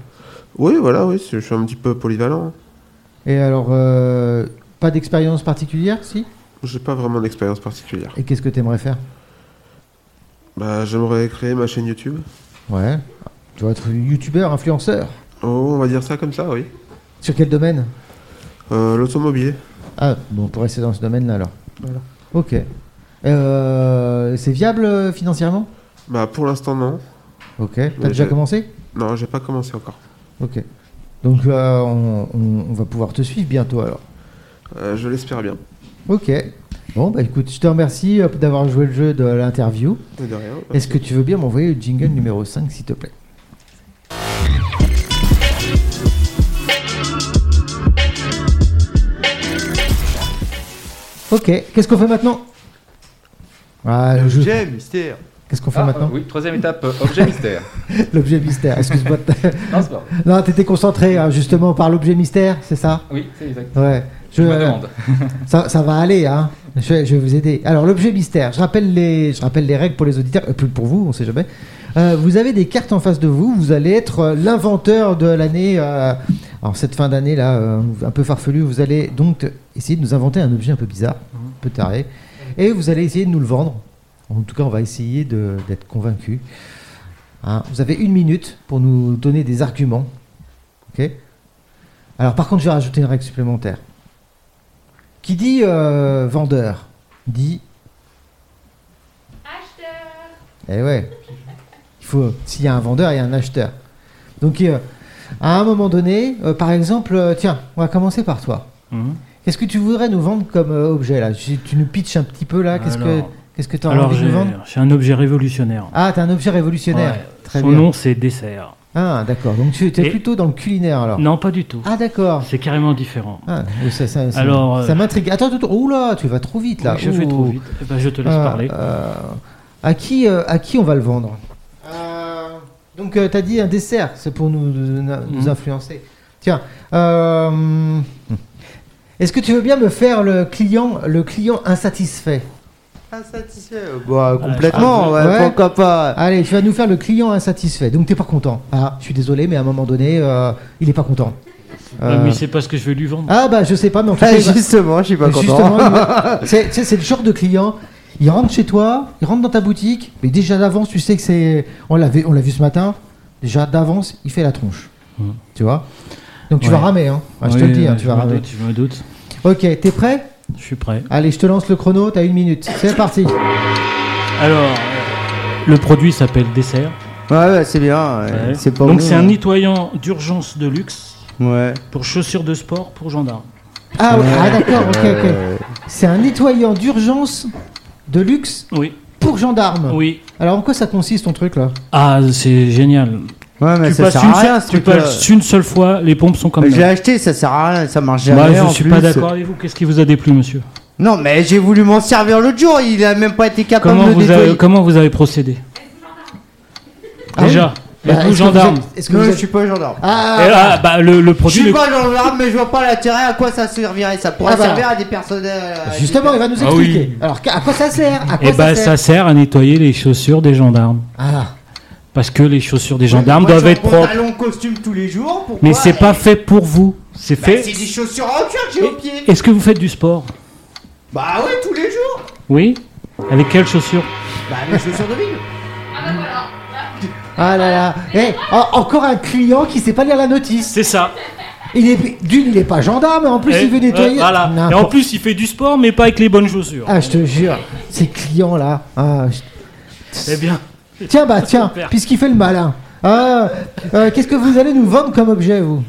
S4: Oui, voilà, oui, c'est- je suis un petit peu polyvalent.
S3: Et alors, euh, pas d'expérience particulière, si
S4: J'ai pas vraiment d'expérience particulière.
S3: Et qu'est-ce que t'aimerais faire
S4: Bah, j'aimerais créer ma chaîne YouTube.
S3: Ouais. Tu vas être youtubeur, influenceur.
S4: Oh, on va dire ça comme ça, oui.
S3: Sur quel domaine
S4: Euh, L'automobile.
S3: Ah, bon, pour rester dans ce domaine-là alors.
S4: Voilà.
S3: Ok. Euh, c'est viable euh, financièrement
S4: Bah, pour l'instant, non.
S3: Ok. T'as
S4: Oui,
S3: déjà
S4: je-
S3: commencé
S4: Non, j'ai pas commencé encore.
S3: Ok. Donc euh, on, on- on va pouvoir te suivre bientôt alors.
S4: Euh, je l'espère bien.
S3: Ok. Bon, bah écoute, je te remercie euh, d'avoir joué le jeu de l'interview.
S4: De rien.
S3: Est-ce que tu veux bien m'envoyer le jingle numéro 5, s'il te plaît Ok, qu'est-ce qu'on fait maintenant Ah, le jeu.
S7: J'ai mystère.
S3: Qu'est-ce qu'on fait
S1: Ah,
S3: maintenant
S1: euh, oui, troisième étape, euh,
S3: [laughs]
S1: objet mystère.
S3: L'objet mystère, excuse-moi.
S1: Non, c'est pas vrai.
S3: [laughs] non, t'étais concentré hein, justement par l'objet mystère, c'est ça
S1: Oui, c'est exact.
S3: Ouais.
S1: Je me demande.
S3: Ça, ça va aller, hein. Je, je vais vous aider. Alors, l'objet mystère. Je rappelle les, je rappelle les règles pour les auditeurs, et plus pour vous, on sait jamais. Euh, vous avez des cartes en face de vous. Vous allez être euh, l'inventeur de l'année. euh, en cette fin d'année là, euh, un peu farfelue, vous allez donc essayer de nous inventer un objet un peu bizarre, un peu taré, et vous allez essayer de nous le vendre. En tout cas, on va essayer de- d'être convaincu. Hein, vous avez une minute pour nous donner des arguments. Ok. Alors, par contre, je vais rajouter une règle supplémentaire. Qui dit euh, vendeur dit acheteur. Eh ouais. Il faut s'il y a un vendeur, il y a un acheteur. Donc euh, à un moment donné, euh, par exemple, euh, tiens, on va commencer par toi.
S5: Mhm.
S3: Qu'est-ce que tu voudrais nous vendre comme euh, objet là Si tu nous pitches un petit peu là, qu'est-ce que
S5: Alors,
S3: Qu'est-ce que tu as
S5: Alors,
S3: envie de
S5: j'ai
S3: nous vendre
S5: j'ai un objet révolutionnaire.
S3: Ah, t'as un objet révolutionnaire.
S5: Ouais.
S3: Très
S5: Son
S3: bien.
S5: nom, c'est Dessert.
S3: Ah, d'accord. Donc tu es
S5: Et-
S3: plutôt dans le culinaire alors.
S5: Non, pas du tout.
S3: Ah, d'accord.
S5: C'est carrément différent.
S3: Ah, ça, ça- ça-
S5: Alors, euh,
S3: ça m'intrigue. Attends, attends, attends. oula, tu vas trop vite Ah, là.
S5: Oui, je fais trop
S3: Ouh.
S5: vite. Eh ben, je te laisse
S3: Ah,
S5: parler.
S3: euh, à, qui, euh, à qui on va le vendre
S7: Euh,
S3: Donc, tu as dit un dessert, c'est pour nous, nous- nous
S5: Mhm.
S3: influencer. Tiens, euh, est-ce que tu veux bien me faire le client, le client insatisfait
S7: Insatisfait Bah,
S5: Ah,
S7: complètement,
S3: je-
S7: ouais,
S3: Ouais.
S7: pourquoi pas
S3: Allez, tu vas nous faire le client insatisfait. Donc, t'es pas content. Ah, je suis désolé, mais à un moment donné, euh, il est pas content.
S5: Ouais,
S3: Euh,
S5: Mais c'est pas ce que je vais lui vendre.
S3: ah, bah, je sais pas, mais en tout cas,
S7: Ah,
S3: il va-
S7: justement, [laughs] je suis pas
S3: Justement,
S7: content. [laughs]
S3: il va- c'est, c'est- c'est le genre de client. Il rentre chez toi, il rentre dans ta boutique, mais déjà d'avance, tu sais que c'est. On l'a vu, on l'a vu ce matin. Déjà d'avance, il fait la tronche.
S5: Mhm.
S3: Tu vois. Donc tu
S5: Ouais.
S3: vas ramer, hein. Ouais, je te le dis, hein,
S5: Oui,
S3: tu vas
S5: me
S3: ramer.
S5: doute, Je me doute.
S3: Ok, t'es prêt
S5: Je suis prêt.
S3: Allez, je te lance le chrono. T'as une minute. C'est parti.
S5: Alors, euh, le produit s'appelle Dessert.
S7: Ouais, ouais, c'est bien. ouais.
S5: Ouais.
S7: C'est pas
S5: Donc,
S7: bon,
S5: c'est un
S7: hein.
S5: nettoyant d'urgence de luxe
S7: Ouais.
S5: pour chaussures de sport pour gendarmes.
S3: Ah, ouais, ah, d'accord. Ok, ok.
S7: Euh,
S3: C'est un nettoyant d'urgence de luxe
S5: Oui,
S3: pour gendarmes.
S7: Ah.
S5: oui.
S3: Alors en quoi ça consiste ton truc là
S5: Ah, c'est génial.
S7: Ouais, mais
S5: tu
S7: Bah, ça
S5: passes,
S7: sert
S5: une,
S7: à rien, ce
S5: tu
S7: truc-là. Bah,
S5: passes une seule fois, les pompes sont comme
S7: J'ai
S5: ça.
S7: acheté, ça sert à rien, ça marche jamais.
S5: Bah, je
S7: en
S5: suis
S7: plus. euh.
S5: pas d'accord avec vous. Qu'est-ce qui vous a déplu, monsieur
S7: Non, mais j'ai voulu m'en servir l'autre jour, il a même pas été capable
S5: comment
S7: de le
S5: vous,
S7: nettoyer.
S5: avez, comment vous avez procédé
S3: Ah
S5: Déjà,
S3: Bah, est-ce que
S5: les
S3: vous
S5: gendarmes.
S3: êtes- Est-ce que
S7: Non,
S3: vous
S7: je
S3: êtes-
S7: suis pas gendarme.
S3: Ah,
S5: Eh, ah, bah, le, le
S7: Je
S5: produit.
S7: suis
S5: le-
S7: pas gendarme, mais je vois pas l'intérêt à quoi ça servirait. Ça pourrait
S3: Ah, voilà.
S7: servir à des personnes. euh, à
S3: Justement, il
S7: des-
S3: va nous
S6: Ah oui.
S3: expliquer. Alors, à quoi ça sert À quoi
S5: Eh
S3: ça
S5: bah, ça
S3: sert
S5: sert à nettoyer les chaussures des gendarmes.
S3: Ah.
S5: Parce que les chaussures des gendarmes
S7: Moi, je
S5: doivent
S7: suis
S5: être
S7: en
S5: propres.
S7: pantalon, costume tous les jours. pourquoi
S5: Mais c'est pas fait pour vous. C'est
S7: Bah,
S5: fait.
S7: c'est des chaussures en cuir que j'ai au pied.
S5: Est-ce que vous faites du sport
S7: Bah ouais, tous les jours.
S5: Oui Avec quelles chaussures
S7: Bah les chaussures de ville.
S3: Ah là là Eh, en- Encore un client qui sait pas lire la notice.
S5: C'est ça. euh,
S3: Il est d'une, il est pas gendarme, en plus il veut nettoyer.
S5: Eh, voilà. Et en
S3: N'importe-
S5: plus, il fait du sport, mais pas avec les bonnes chaussures.
S3: Ah, je te jure, ces clients là. Ah, je-
S5: Eh bien,
S3: Tiens, bah tiens,
S5: Super.
S3: puisqu'il fait le malin. Ah, euh, Qu'est-ce que vous allez nous vendre comme objet, vous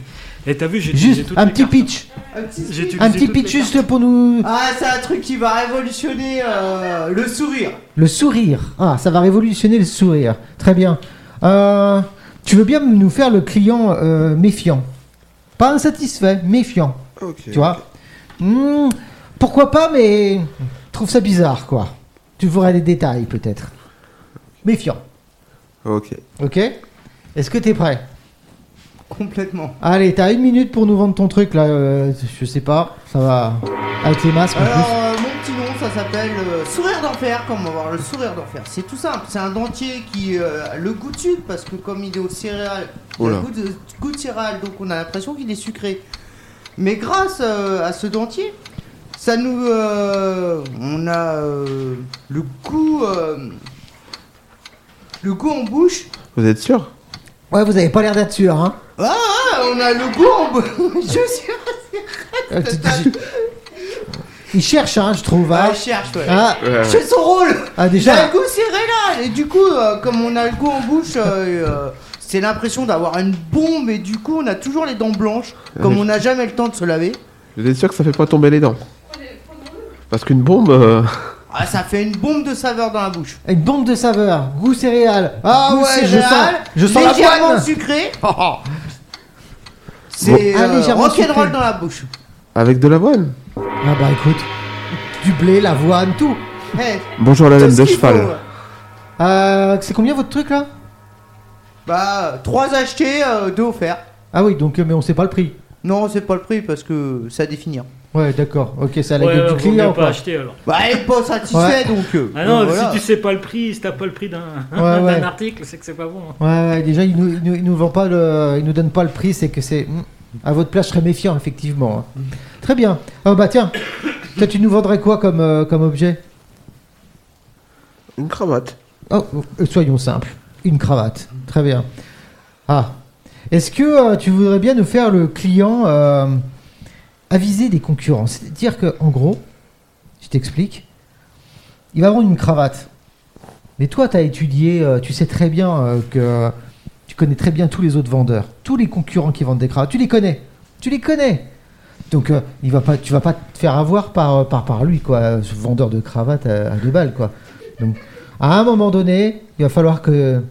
S5: et eh, t'as vu, j'ai utilisé
S3: Juste
S5: toutes
S3: un
S5: les
S3: petit
S5: cartes.
S3: pitch,
S7: Un petit-
S5: J'ai utilisé
S3: un petit
S5: toutes les
S3: pitch juste pour nous
S7: Ah c'est un truc qui va révolutionner euh, le sourire.
S3: le sourire. Ah, ça va révolutionner le sourire. Très bien. Euh, tu veux bien nous faire le client euh, méfiant, pas insatisfait, méfiant.
S4: Ok.
S3: Tu vois Hmm, Pourquoi pas, mais je trouve ça bizarre, quoi. Tu voudrais des détails, peut-être. Méfiant,
S4: Ok.
S3: ok Est-ce que t'es prêt
S7: Complètement.
S3: Allez, t'as une minute pour nous vendre ton truc, là. euh, je sais pas, ça va... Avec les masques, en [laughs]
S7: Alors
S3: plus.
S7: euh, mon petit nom ça s'appelle euh, sourire d'enfer. Comme on va voir le sourire d'enfer. C'est tout simple. C'est un dentier qui euh, a le goût de sucre parce que comme il est au céréal, il a
S4: Oula.
S7: le goût de, goût de céréales, donc on a l'impression qu'il est sucré. Mais grâce euh, à ce dentier, ça nous, euh, on a euh, le goût, euh, le goût en bouche.
S4: Vous êtes sûr
S3: Ouais, vous avez pas l'air d'être sûr,
S7: [laughs]
S3: hein
S7: Ah, on a le goût en bouche. [laughs] Je suis
S3: Euh, tu- tu- [laughs] Il cherche, hein, je trouve.
S7: Ah,
S3: hein.
S7: je cherche, ouais.
S3: Ah,
S4: Ouais.
S7: C'est son rôle.
S3: ah,
S7: J'ai
S3: déjà...
S7: un goût céréal et du coup, euh, comme on a le goût en bouche, euh, euh, c'est l'impression d'avoir une bombe et du coup, on a toujours les dents blanches, comme on n'a jamais le temps de se laver.
S4: Vous êtes sûr que ça fait pas tomber les dents Parce qu'une bombe. euh,
S7: Ah, ça fait une bombe de saveur dans la bouche.
S3: Une bombe de saveur, goût céréales.
S7: Ah
S3: goût
S7: ouais,
S3: céréales,
S7: céréal,
S3: je sens, je sens la
S7: légèrement
S3: poigne. [laughs]
S7: sucré. C'est
S3: Ah,
S7: euh,
S3: légèrement sucré.
S7: rock'n'roll dans la bouche.
S4: Avec de l'avoine
S3: Ah bah écoute, du blé, l'avoine, tout.
S7: Hey,
S4: Bonjour la
S7: Eh, tout
S4: laine
S7: ce
S4: de
S7: qu'il
S4: cheval.
S7: faut, ouais.
S3: Euh, c'est combien votre truc là
S7: Bah, 3 achetés, 2 offerts.
S3: Ah oui, donc euh, mais on sait pas le prix.
S7: Non, c'est pas le prix parce que ça définit. hein.
S3: Ouais, d'accord. Ok, c'est à la
S5: Ouais,
S3: gueule
S5: vaut
S3: du
S5: mieux
S3: client.
S5: pas
S3: Quoi.
S5: acheter alors.
S7: Bah, il est pas satisfait donc. euh,
S5: Ah non,
S7: donc voilà.
S5: si tu sais pas le prix, si t'as pas le prix d'un
S3: Ouais, ouais.
S5: [laughs] d'un article, c'est que c'est pas bon.
S3: Ouais, ouais, déjà il nous, il nous, il nous vend pas le, il nous donne pas le prix, c'est que c'est. Hmm. À votre place, je serais méfiant effectivement.
S5: Mm.
S3: hein. Très bien. Ah bah tiens, toi tu nous vendrais quoi comme euh, comme objet
S4: Une cravate.
S3: Oh, euh, soyons simples, une cravate. Très bien. Ah, est-ce que euh, tu voudrais bien nous faire le client euh, aviser des concurrents C'est-à-dire que, en gros, je t'explique, il va vendre une cravate. Mais toi, tu as étudié, euh, tu sais très bien euh, que tu connais très bien tous les autres vendeurs, tous les concurrents qui vendent des cravates. Tu les connais, tu les connais. Donc, euh, il va pas, tu vas pas te faire avoir par, euh, par, par lui, quoi, ce vendeur de cravate à, à deux balles, quoi. Donc, à un moment donné, il va falloir que,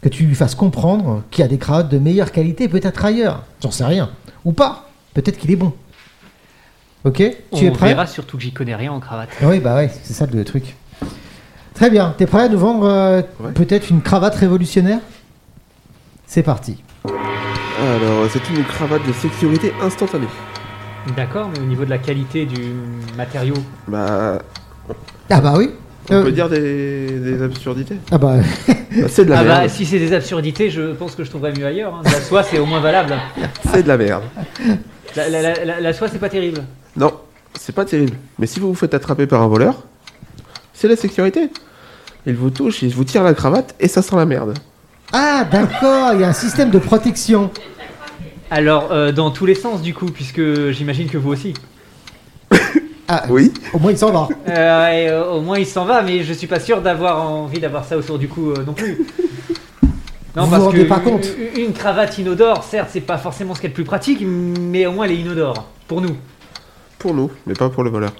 S3: que tu lui fasses comprendre qu'il y a des cravates de meilleure qualité peut-être ailleurs. J'en sais rien. Ou pas. Peut-être qu'il est bon. Ok Tu es
S2: On
S3: prêt
S2: verra surtout que j'y connais rien en cravate.
S3: Oui, bah ouais, c'est ça le truc. Très bien. T'es prêt à nous vendre euh,
S4: Ouais.
S3: peut-être une cravate révolutionnaire C'est parti.
S4: Alors, c'est une cravate de sécurité instantanée.
S2: D'accord, mais au niveau de la qualité du matériau,
S4: Bah,
S3: Ah bah oui.
S4: on
S3: Euh,
S4: peut dire des, des absurdités.
S3: Ah bah.
S4: Bah, c'est de la
S2: ah bah
S4: merde.
S2: si c'est des absurdités, je pense que je trouverais mieux ailleurs. hein. La soie, c'est au moins valable.
S4: C'est de la merde.
S2: La, la- la- la- la soie, c'est pas terrible.
S4: Non, c'est pas terrible. Mais si vous vous faites attraper par un voleur, c'est la sécurité. Il vous touche, il vous tire la cravate et ça sent la merde.
S3: Ah d'accord, il y a un système de protection.
S2: Alors, euh, dans tous les sens, du coup, puisque j'imagine que vous aussi.
S3: Ah,
S4: Oui.
S3: Au moins il s'en va.
S2: Euh, ouais, euh, au moins, il s'en va, mais je suis pas sûr d'avoir envie d'avoir ça autour du cou euh,
S3: [laughs]
S2: non plus.
S3: Vous vous rendez pas compte.
S2: une- Une cravate inodore, certes, c'est pas forcément ce qu'il y a de plus pratique, mais au moins elle est inodore. Pour nous,
S4: Pour nous, mais pas pour le voleur.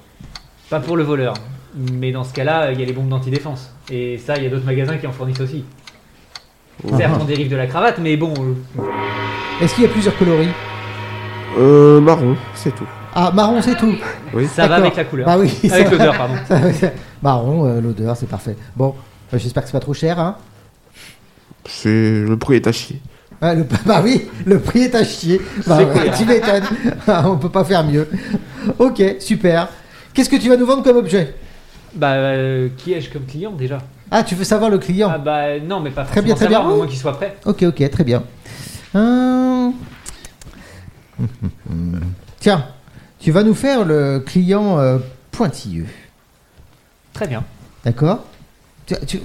S2: pas pour le voleur. Mais dans ce cas-là, il y a les bombes d'antidéfense. Et ça, il y a d'autres magasins qui en fournissent aussi.
S4: Ouais.
S2: Certes, on dérive de la cravate, mais bon, euh,
S3: Est-ce qu'il y a plusieurs coloris
S4: Euh, marron, c'est tout.
S3: Ah marron c'est tout.
S4: Oui.
S2: ça va
S3: D'accord.
S2: avec la couleur.
S3: Bah oui. [laughs]
S2: Avec
S3: ça-
S2: l'odeur, pardon.
S3: marron, euh, l'odeur, c'est parfait. Bon, euh, j'espère que c'est pas trop cher. Hein
S4: C'est le prix est à chier.
S3: Ah, le- [laughs] bah oui, le prix est à chier. Bah
S2: C'est
S3: ouais,
S2: clair.
S3: tu m'étonnes. [laughs] Ah, On peut pas faire mieux. Ok, super. Qu'est-ce que tu vas nous vendre comme objet
S2: Bah, euh, qui ai-je comme client déjà
S3: Ah, tu veux savoir le client
S2: Ah bah non, mais pas
S3: Très
S2: forcément
S3: bien, très bien.
S2: savoir, au moins qu'il soit prêt.
S3: Ok, ok, très bien. Hum. Tiens, tu vas nous faire le client euh, pointilleux,
S2: Très bien.
S3: d'accord Tu- tu-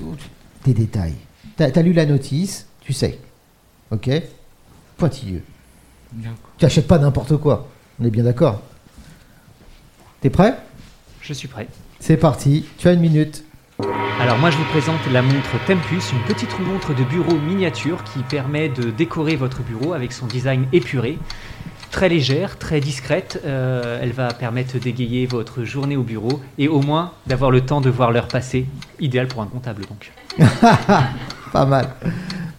S3: Des détails. T'as as lu la notice, tu sais. Ok Pointilleux.
S6: Bien.
S3: Tu achètes pas n'importe quoi. On est bien d'accord T'es prêt
S2: Je suis prêt.
S3: C'est parti, tu as une minute.
S2: Alors moi je vous présente la montre Tempus, une petite montre de bureau miniature qui permet de décorer votre bureau avec son design épuré. Très légère, très discrète, euh, elle va permettre d'égayer votre journée au bureau et au moins d'avoir le temps de voir l'heure passer. Idéal pour un comptable donc.
S3: Pas mal.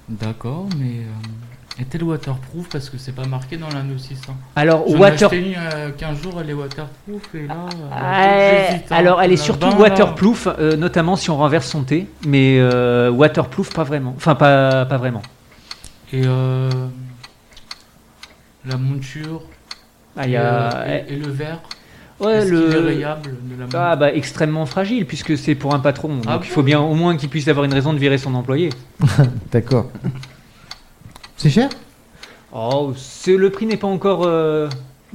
S6: D'accord, mais euh, est-elle waterproof parce que c'est pas marqué dans la notice hein.
S2: Alors
S6: J'en ai
S2: water...
S6: acheté une il y a 15 jours, elle est waterproof et là. euh,
S2: Ouais,
S6: j'hésite, hein.
S2: alors elle est
S6: Ah
S2: surtout
S6: ben, là.
S2: waterproof, euh, notamment si on renverse son thé, mais euh, waterproof pas vraiment. Enfin pas, pas vraiment.
S6: Et euh, la monture.
S2: Ah, il y a...
S6: et, euh, et- et le verre.
S2: Ouais,
S6: est-ce
S2: le-
S6: qu'il est rayable de la monture
S2: Ah bah extrêmement fragile puisque c'est pour un patron. Donc
S6: Ah
S2: il
S6: bon
S2: faut bien au moins qu'il puisse avoir une raison de virer son employé.
S3: D'accord. C'est cher
S2: Oh, c'est- le prix n'est pas encore euh,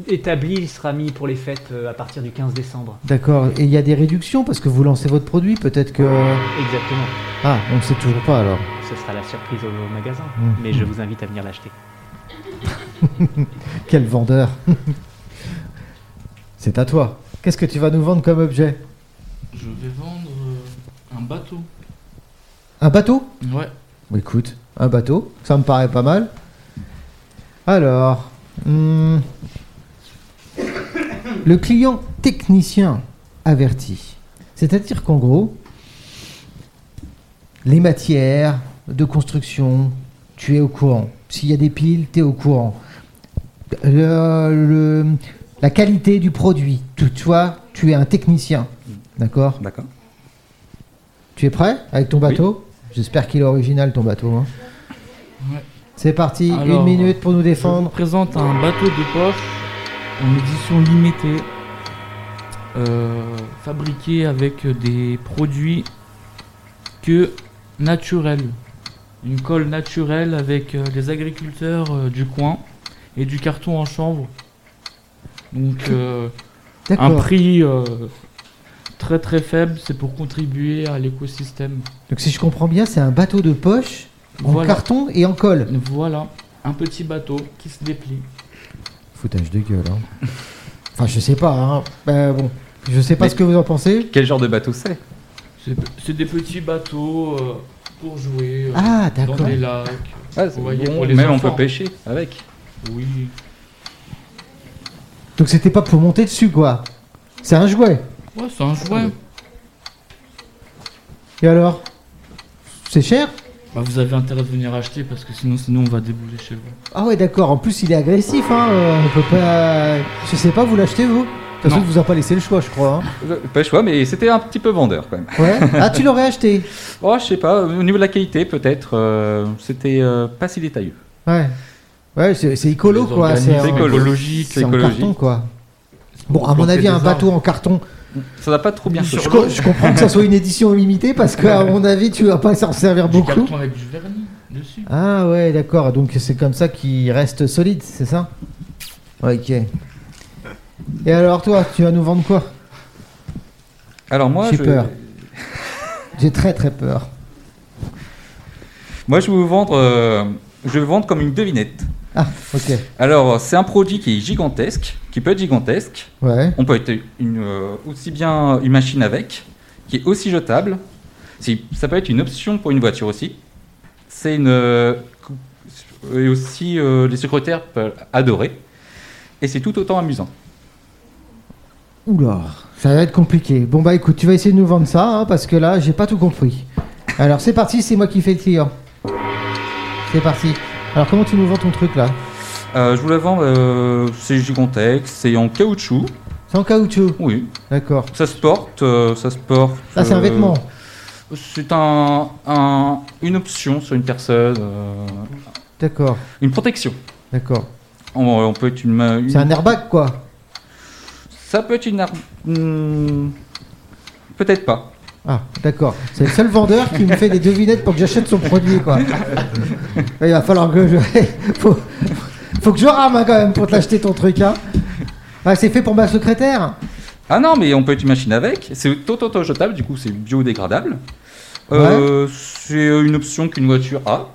S2: établi, il sera mis pour les fêtes euh, à partir du 15 décembre.
S3: D'accord. Et il y a des réductions parce que vous lancez votre produit, peut-être que...
S2: Exactement.
S3: Ah, on ne sait toujours pas alors.
S2: Ce sera la surprise au magasin,
S3: Mhm.
S2: mais je vous invite à venir [laughs] l'acheter.
S3: Quel vendeur [laughs] C'est à toi. Qu'est-ce que tu vas nous vendre comme objet
S6: Je vais vendre euh, un bateau.
S3: Un bateau
S6: Ouais.
S3: Bah, Écoute, un bateau, ça me paraît pas mal. Alors, hmm, le client technicien averti. C'est-à-dire qu'en gros, les matières de construction, tu es au courant. S'il y a des piles, tu es au courant. Le- le- la qualité du produit, tu, toi, tu es un technicien. D'accord
S1: D'accord.
S3: tu es prêt avec ton bateau J'espère qu'il est original ton bateau. hein.
S6: Ouais.
S3: C'est parti,
S6: Alors,
S3: une minute pour nous
S6: Je vous
S3: défendre.
S6: présente un bateau de poche en édition limitée, euh, fabriqué avec des produits que naturels. Une colle naturelle avec euh, des agriculteurs euh, du coin et du carton en chanvre. Donc euh, un
S3: D'accord.
S6: prix euh, très très faible, c'est pour contribuer à l'écosystème.
S3: Donc si je comprends bien, c'est un bateau de poche en
S6: Voilà.
S3: carton et en colle.
S6: Voilà, un petit bateau qui se déplie.
S3: Foutage de gueule. hein. enfin, je sais pas. hein. Ben, bon, je sais pas
S1: Mais-
S3: ce que vous en pensez.
S1: Quel genre de bateau c'est
S6: C'est c'est des petits bateaux euh, pour jouer euh,
S3: Ah,
S6: dans
S3: d'accord.
S6: des lacs.
S1: Ah, c'est
S6: Vous voyez, pour les
S1: Même on
S6: enfants.
S1: peut pêcher avec.
S6: Oui.
S3: Donc c'était pas pour monter dessus quoi. C'est un jouet.
S6: Ouais, c'est un jouet.
S3: Et alors C'est cher
S6: Bah, vous avez intérêt de venir acheter parce que sinon, sinon on va débouler chez vous.
S3: Ah ouais, d'accord. En plus, il est agressif. Hein. euh, on peut pas. Je sais pas, vous l'achetez vous De toute façon,
S6: Non.
S3: il vous a pas laissé le choix, je crois. hein.
S1: Euh, Pas le choix, mais c'était un petit peu vendeur quand même. [laughs]
S3: Ouais. ah, tu l'aurais acheté
S1: Oh, je sais pas, au niveau de la qualité peut-être, euh, c'était euh, pas si détaillé.
S3: Ouais. Ouais, c'est c'est
S6: Les
S3: écolo, quoi. C'est
S6: organismes
S1: C'est
S3: en-
S1: écolo.
S6: écologiques,
S3: c'est en
S1: écologique.
S3: carton, quoi. Bon, à mon
S6: Planter
S3: avis,
S6: des
S3: un
S6: arbres.
S3: bateau en carton.
S1: Ça n'a pas trop bien
S3: Je,
S1: sauté.
S3: co- je comprends que ça soit une édition limitée parce qu'à mon avis, tu vas pas s'en servir
S6: Du
S3: Ah, beaucoup.
S6: carton avec du vernis dessus.
S3: Ah ouais, d'accord. Donc c'est comme ça qu'il reste solide, c'est ça Ok. Et alors toi, tu vas nous vendre quoi
S1: Alors moi,
S3: J'ai
S1: je...
S3: peur. J'ai très très peur.
S1: moi je vais vous vendre, euh, je vais vous vendre comme une devinette.
S3: Ah, ok.
S1: Alors c'est un produit qui est gigantesque, qui peut être gigantesque.
S3: Ouais.
S1: On peut être une, euh, aussi bien une machine avec, qui est aussi jetable. Si- Ça peut être une option pour une voiture aussi. C'est une euh, cou- et aussi euh, les secrétaires peuvent adorer. Et c'est tout autant amusant.
S3: Oula, ça va être compliqué. Bon bah écoute, tu vas essayer de nous vendre ça hein, parce que là, j'ai pas tout compris. Alors c'est parti, c'est moi qui fais le client. C'est parti. Alors comment tu nous vends ton truc là
S1: Euh, je vous la vends, euh, c'est gigantesque, c'est en caoutchouc.
S3: C'est en caoutchouc,
S1: Oui,
S3: d'accord.
S1: ça se porte, euh, ça se porte.
S3: Ah, c'est un
S1: euh,
S3: vêtement.
S1: C'est un, un- une option sur une personne, euh,
S3: D'accord,
S1: une protection.
S3: d'accord.
S1: On, on peut être une, ma- une-
S3: C'est un airbag quoi.
S1: ça peut être une arme. Hmm, Peut-être pas.
S3: Ah, d'accord. C'est le seul vendeur qui me fait des devinettes pour que j'achète son produit quoi. Il va falloir que je. [laughs] faut, faut que je rame hein, quand même pour te l'acheter ton truc hein. Ah, c'est fait pour ma secrétaire
S1: Ah non, mais on peut être une machine avec. C'est tout autant jetable, du coup, c'est biodégradable. Euh, c'est une option qu'une voiture a.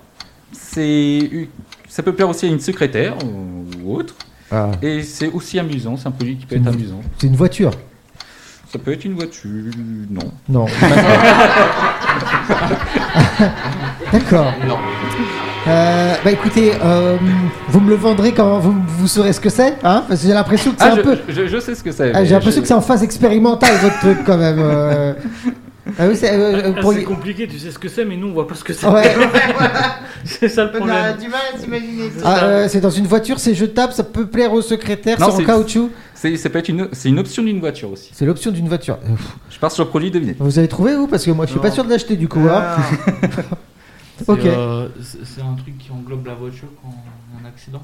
S1: C'est u- ça peut plaire aussi à une secrétaire ou ou autre.
S3: Ah.
S1: Et c'est aussi amusant, c'est un produit qui peut être amusant.
S3: C'est une voiture
S1: Ça peut être une voiture, non.
S3: Non. [laughs] D'accord.
S6: Non.
S3: Euh, bah écoutez, euh, vous me le vendrez quand vous, vous saurez ce que c'est, hein Parce que j'ai l'impression que c'est
S1: Ah,
S3: un
S1: je,
S3: peu.
S1: je- je sais ce que c'est.
S3: Ah,
S1: mais
S3: j'ai l'impression
S1: je-
S3: que c'est en phase expérimentale votre truc quand même. euh. Ah oui, c'est. euh, euh,
S5: Ah,
S3: pour-
S5: c'est compliqué, tu sais ce que c'est, mais nous on voit pas ce que c'est.
S3: Ouais.
S5: c'est ça le problème.
S7: du mal à s'imaginer.
S3: Ah, euh, c'est dans une voiture, c'est jetable, ça peut plaire au secrétaire, c'est
S1: Non,
S3: en
S1: c'est-
S3: caoutchouc.
S1: C'est ça peut être une, c'est une option d'une voiture aussi.
S3: C'est l'option d'une voiture. Euh, pff,
S1: Je pars sur le produit, devinez.
S3: Vous avez trouvé vous Parce que moi, je suis
S7: Non. Euh,
S3: pas sûr de l'acheter du coup. hein.
S7: Ah.
S6: C'est,
S3: Ah, Ok.
S6: euh, c'est c'est un truc qui englobe la voiture quand on a un accident.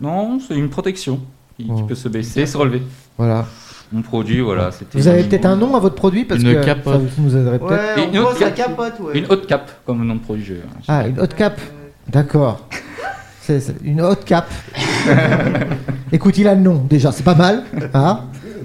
S1: Non, c'est une protection qui, qui
S3: Oh.
S1: peut se baisser, se relever.
S3: Voilà.
S1: Mon produit, voilà. c'était-
S3: Vous avez peut-être un nom à votre produit parce
S6: Une
S3: que
S6: capote.
S3: ça vous- nous aiderait peut-être.
S1: Et
S7: Ouais,
S1: une
S7: on
S1: autre
S7: voit ça
S1: cap-
S7: capote, ouais.
S1: Une haute cape comme nom de produit. je-
S3: euh, Ah, une haute cape. D'accord. C'est c'est une haute
S5: [laughs]
S3: cape. Écoute, il a le nom déjà, c'est pas mal. hein.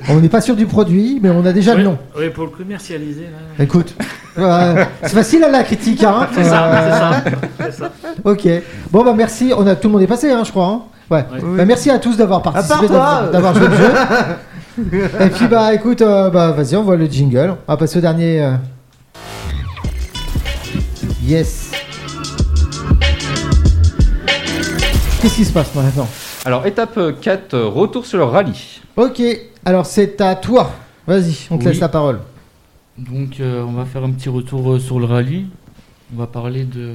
S3: on n'est pas sûr du produit, mais on a déjà
S5: Ouais,
S3: le nom.
S5: ouais, pour le commercialiser. là.
S3: Écoute, euh, c'est facile à la critique, hein.
S5: C'est ça,
S3: Euh,
S5: Ah, c'est ça, c'est ça.
S3: Ok. Bon bah merci. On a tout le monde est passé, hein, je crois. hein. Ouais.
S5: Ouais.
S3: Bah, merci à tous d'avoir participé,
S7: À part
S3: d'avoir
S7: toi.
S3: d'avoir joué le jeu. Et puis bah écoute, euh, bah vas-y, on voit le jingle. On va passer au dernier. euh. Yes. Qu'est-ce qui se passe maintenant
S1: Alors, étape euh, 4, euh, retour sur le rallye.
S3: Ok. Alors c'est à toi. Vas-y, on te
S6: Oui.
S3: laisse la parole.
S6: Donc euh, on va faire un petit retour euh, sur le rallye. On va parler de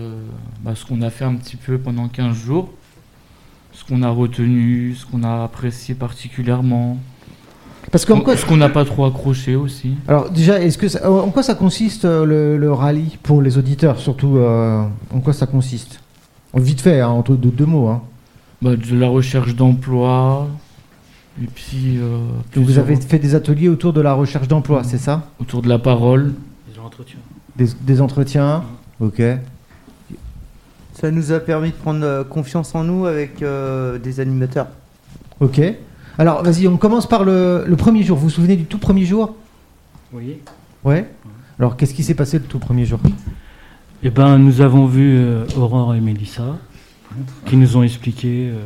S6: bah, ce qu'on a fait un petit peu pendant 15 jours. Ce qu'on a retenu, ce qu'on a apprécié particulièrement.
S3: Parce qu'en quoi
S6: Ce qu'on n'a pas trop accroché aussi.
S3: Alors déjà, est-ce que ça- en quoi ça consiste euh, le, le rallye pour les auditeurs surtout euh, En quoi ça consiste Vite fait, hein, entre deux, deux mots. Hein.
S6: Bah, de la recherche d'emploi. Et puis euh,
S3: Donc vous
S6: plusieurs-
S3: avez fait des ateliers autour de la recherche d'emploi, c'est ça
S6: autour de la parole.
S5: Ils ont entretien.
S3: des, des entretiens Ok.
S7: Ça nous a permis de prendre euh, confiance en nous avec euh, des animateurs.
S3: Ok. Alors vas-y, on commence par le, le premier jour. Vous vous souvenez du tout premier jour
S5: Oui.
S3: Ouais. Alors qu'est-ce qui s'est passé le tout premier jour
S5: Eh ben, nous avons vu euh, Aurore et Mélissa qui nous ont expliqué euh,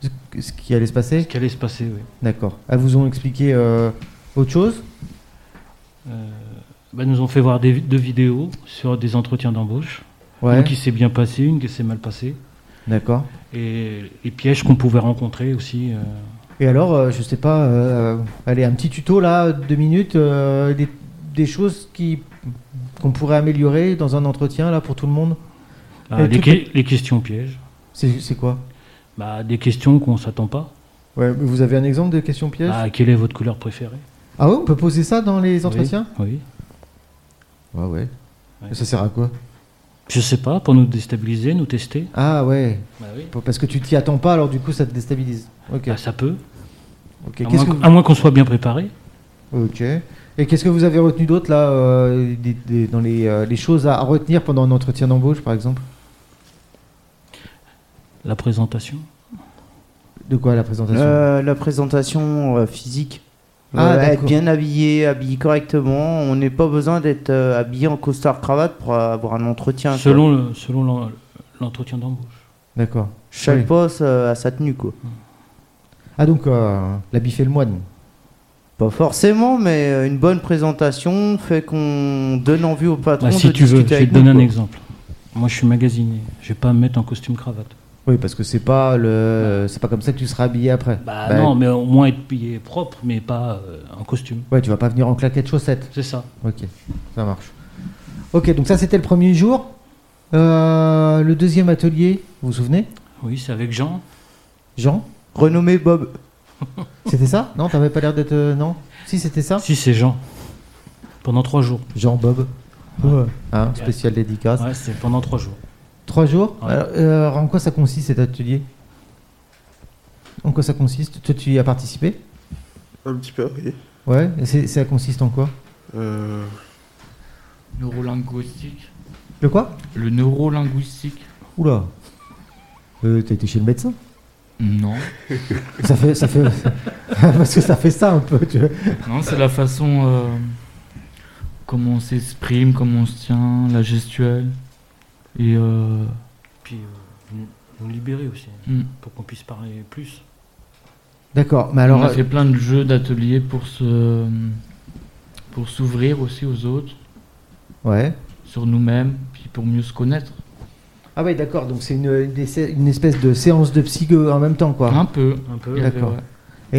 S3: Ce ce qui allait se
S5: ce
S3: passer
S5: qui allait se passer. oui.
S3: D'accord. Elles vous ont expliqué euh, autre chose
S5: Euh, bah, nous ont fait voir des, vi- deux vidéos sur des entretiens d'embauche.
S3: Ouais.
S5: Une qui s'est bien passée, une qui s'est mal passée.
S3: D'accord.
S5: Et les pièges qu'on pouvait rencontrer aussi. euh,
S3: Et alors, euh, je sais pas, euh, allez, un petit tuto là, deux minutes, euh, des, des choses qui qu'on pourrait améliorer dans un entretien là pour tout le monde
S5: Ah,
S3: Et
S5: les,
S3: tout-
S5: que- les questions pièges.
S3: C'est c'est quoi
S5: Bah, des questions qu'on s'attend pas.
S3: Ouais, mais vous avez un exemple de question piège
S5: Bah, quelle est votre couleur préférée
S3: Ah ouais, on peut poser ça dans les entretiens
S5: Oui.
S3: Ah ouais.
S5: Ouais.
S3: Mais Ça sert à quoi
S5: Je sais pas, pour nous déstabiliser, nous tester.
S3: Ah ouais,
S5: Bah oui.
S3: parce que tu t'y attends pas, alors du coup ça te déstabilise. Ok.
S5: Bah, ça peut.
S3: ok.
S5: à,
S3: Qu'est-ce
S5: moins,
S3: que
S5: qu-
S3: vous-
S5: à moins qu'on soit bien préparé.
S3: Ok. Et qu'est-ce que vous avez retenu d'autre là, euh, des- des- dans les, euh, les choses à à retenir pendant un entretien d'embauche par exemple
S5: La présentation.
S3: De quoi la présentation
S7: Euh, la présentation euh, physique.
S3: Ah,
S7: Euh, être
S3: d'accord.
S7: bien habillé, habillé correctement. On n'a pas besoin d'être euh, habillé en costard cravate pour avoir un entretien. quoi.
S5: Selon le- selon l'en- l'entretien d'embauche.
S3: D'accord.
S7: Chaque
S3: Oui.
S7: poste euh, a sa tenue, quoi.
S3: Ah donc euh, l'habit fait le moine.
S7: Pas forcément, mais euh, une bonne présentation fait qu'on donne envie au patron
S5: Bah, si
S7: de
S5: tu veux, je
S7: discuter
S5: vais
S7: avec
S5: te
S7: nous,
S5: donner un
S7: quoi.
S5: exemple. Moi, je suis magasinier. Je vais pas me mettre en costume cravate.
S3: Oui, parce que c'est pas le, c'est pas comme ça que tu seras habillé après.
S5: Bah,
S3: Bah,
S5: non, mais au moins être pillé propre, mais pas euh, en costume.
S3: Ouais, tu vas pas venir en claquettes chaussettes.
S5: C'est ça.
S3: Ok, ça marche. Ok, donc ça c'était le premier jour. Euh, le deuxième atelier, vous vous souvenez
S5: Oui, c'est avec Jean.
S3: Jean
S7: Renommé Bob.
S3: [laughs] C'était ça Non, t'avais pas l'air d'être. euh, non Si, c'était ça
S5: Si, c'est Jean. Pendant trois jours.
S3: Jean Bob. Ouais. Hein, spécial dédicace.
S5: Ouais, c'est pendant trois jours.
S3: Trois jours
S5: Ouais.
S3: Alors, euh, En quoi ça consiste cet atelier En quoi ça consiste Toi, tu y as participé
S4: Un petit peu, oui.
S3: Ouais, et c'est- ça consiste en quoi
S4: Euh,
S6: Neurolinguistique.
S3: Le quoi
S6: Le neurolinguistique
S3: Oula euh, T'as été chez le médecin
S6: Non.
S3: Ça fait. Ça fait [laughs] parce que ça fait ça un peu, tu vois.
S6: Non, c'est la façon. euh, comment on s'exprime, comment on se tient, la gestuelle. Et. euh,
S5: Puis euh, nous- nous libérer aussi, hein,
S6: hmm.
S5: pour qu'on puisse parler plus.
S3: D'accord, mais alors.
S6: on
S3: euh,
S6: a fait plein de jeux d'ateliers pour se. pour s'ouvrir aussi aux autres,
S3: euh, Ouais.
S6: sur nous-mêmes, puis pour mieux se connaître.
S3: Ah ouais, d'accord, donc c'est une, une des sé- une espèce de séance de psy euh, en même temps, quoi.
S6: Un peu.
S5: Un
S6: Il
S5: peu.
S6: y avait,
S3: D'accord.
S6: ouais.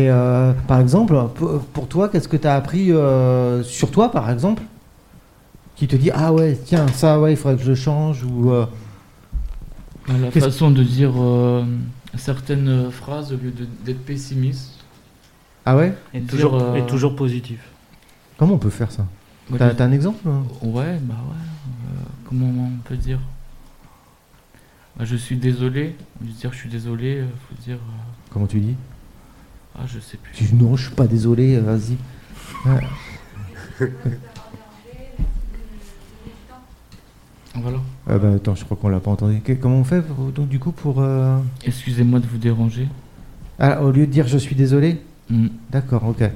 S3: Et euh, par exemple, pour pour toi, qu'est-ce que tu as appris euh, sur toi, par exemple Qui te dit, ah ouais, tiens, ça, ouais, il faudrait que je le change, ou. euh,
S6: Bah, la
S3: Qu'est-ce-
S6: façon de dire euh, certaines euh, phrases au lieu de- d'être pessimiste.
S3: Ah ouais
S5: Et
S6: Dire,
S5: toujours,
S6: euh,
S5: et toujours positif.
S3: Comment on peut faire ça
S6: au
S3: T'as
S6: lieu-
S3: t'as un exemple hein
S6: Ouais, bah ouais. euh, comment on peut dire Bah, Je suis désolé. Au lieu de dire je suis désolé, euh, faut dire. euh,
S3: Comment tu dis
S6: ah, je sais plus.
S3: Tu dis, Non, je suis pas désolé, euh, vas-y.
S6: Voilà.
S3: Ah bah attends, je crois qu'on l'a pas entendu. Que- comment on fait, pour- donc, du coup, pour. euh,
S6: Excusez-moi de vous déranger.
S3: Ah, au lieu de dire je suis désolé
S6: Mm,
S3: D'accord, ok. Il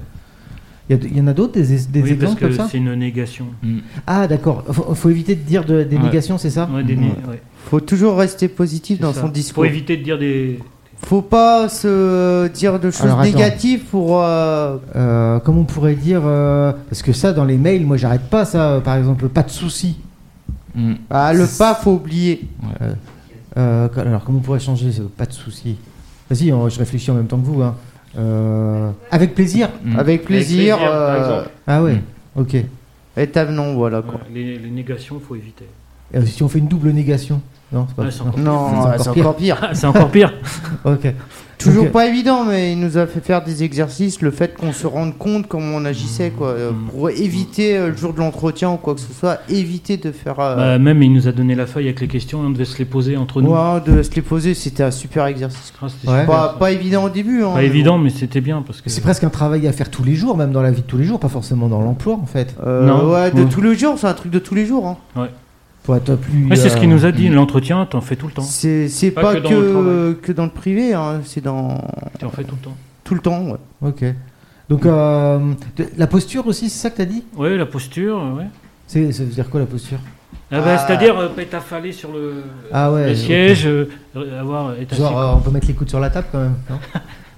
S3: y, a de- il y en a d'autres, des, des
S5: oui, parce
S3: exemples comme
S5: que
S3: ça
S5: c'est une négation.
S6: mm.
S3: Ah, d'accord. Faut, faut éviter de dire de- des
S6: Ouais.
S3: négations, c'est ça
S5: Ouais, des né- ouais,
S7: Faut toujours rester positif
S5: c'est
S7: dans
S5: ça.
S7: son discours.
S5: Faut éviter de dire des.
S7: Faut pas se euh, dire de choses
S3: Alors, attends.
S7: négatives pour. euh,
S3: Euh, Comment on pourrait dire euh, Parce que ça, dans les mails, moi, j'arrête pas ça. euh, Par exemple, pas de soucis.
S6: Mm.
S7: Ah, le pas, faut oublier.
S3: Euh, co- alors, comment on pourrait changer ce pas de soucis Vas-y, on- je réfléchis en même temps que vous. hein. Euh, avec plaisir
S6: Mm.
S7: Avec plaisir.
S5: plaisir, par
S7: euh,
S5: exemple.
S3: Ah ouais,
S6: Mm.
S3: ok. Et
S7: et avenant, voilà quoi.
S5: Ouais, les, les négations, faut éviter.
S3: euh, si on fait une double négation Non, c'est pas
S5: Ouais, c'est encore
S7: Non,
S3: C'est encore
S7: c'est encore,
S3: pire.
S7: pire.
S5: Ah, [laughs] c'est encore pire.
S3: Ok.
S7: Toujours
S3: Ok.
S7: pas évident, mais il nous a fait faire des exercices, le fait qu'on se rende compte comment on agissait, quoi, euh,
S5: Mmh.
S7: pour éviter euh, le jour de l'entretien ou quoi que ce soit, éviter de faire. euh,
S5: Bah, même il nous a donné la feuille avec les questions et on devait se les poser entre nous.
S7: ouais, de se les poser, c'était un super exercice.
S5: Ah, c'était
S3: Ouais.
S5: super,
S7: Pas,
S5: ça.
S7: pas évident au début. Hein,
S5: Pas
S7: mais
S5: évident, mais c'était bien parce que.
S3: C'est presque un travail à faire tous les jours, même dans la vie de tous les jours, pas forcément dans l'emploi, en fait.
S7: bon. Euh,
S5: Non.
S7: ouais, de
S5: Ouais.
S7: tous les jours, c'est un truc de tous les jours. hein.
S3: Pour être plus.
S5: Mais c'est ce
S3: euh,
S5: qu'il nous a dit. L'entretien, t'en fais tout le temps.
S7: C'est c'est
S5: Pas
S7: pas,
S5: que
S7: que,
S5: dans le travail.
S7: que dans le privé, hein, c'est dans
S5: T'en fais tout le temps.
S7: tout le temps. ouais.
S3: Ok. Donc, euh, de- la posture aussi, c'est ça que t'as dit
S5: Ouais, la posture, ouais.
S3: C'est- Ça veut dire quoi la posture
S5: Ah bah,
S7: Ah.
S5: C'est-à-dire euh, pas être affalé sur le,
S3: Ah ouais.
S5: le
S3: ok.
S5: siège, euh, euh, avoir être assis.
S3: Genre, euh, on peut mettre les coudes sur la table quand même
S5: [laughs]
S3: Non,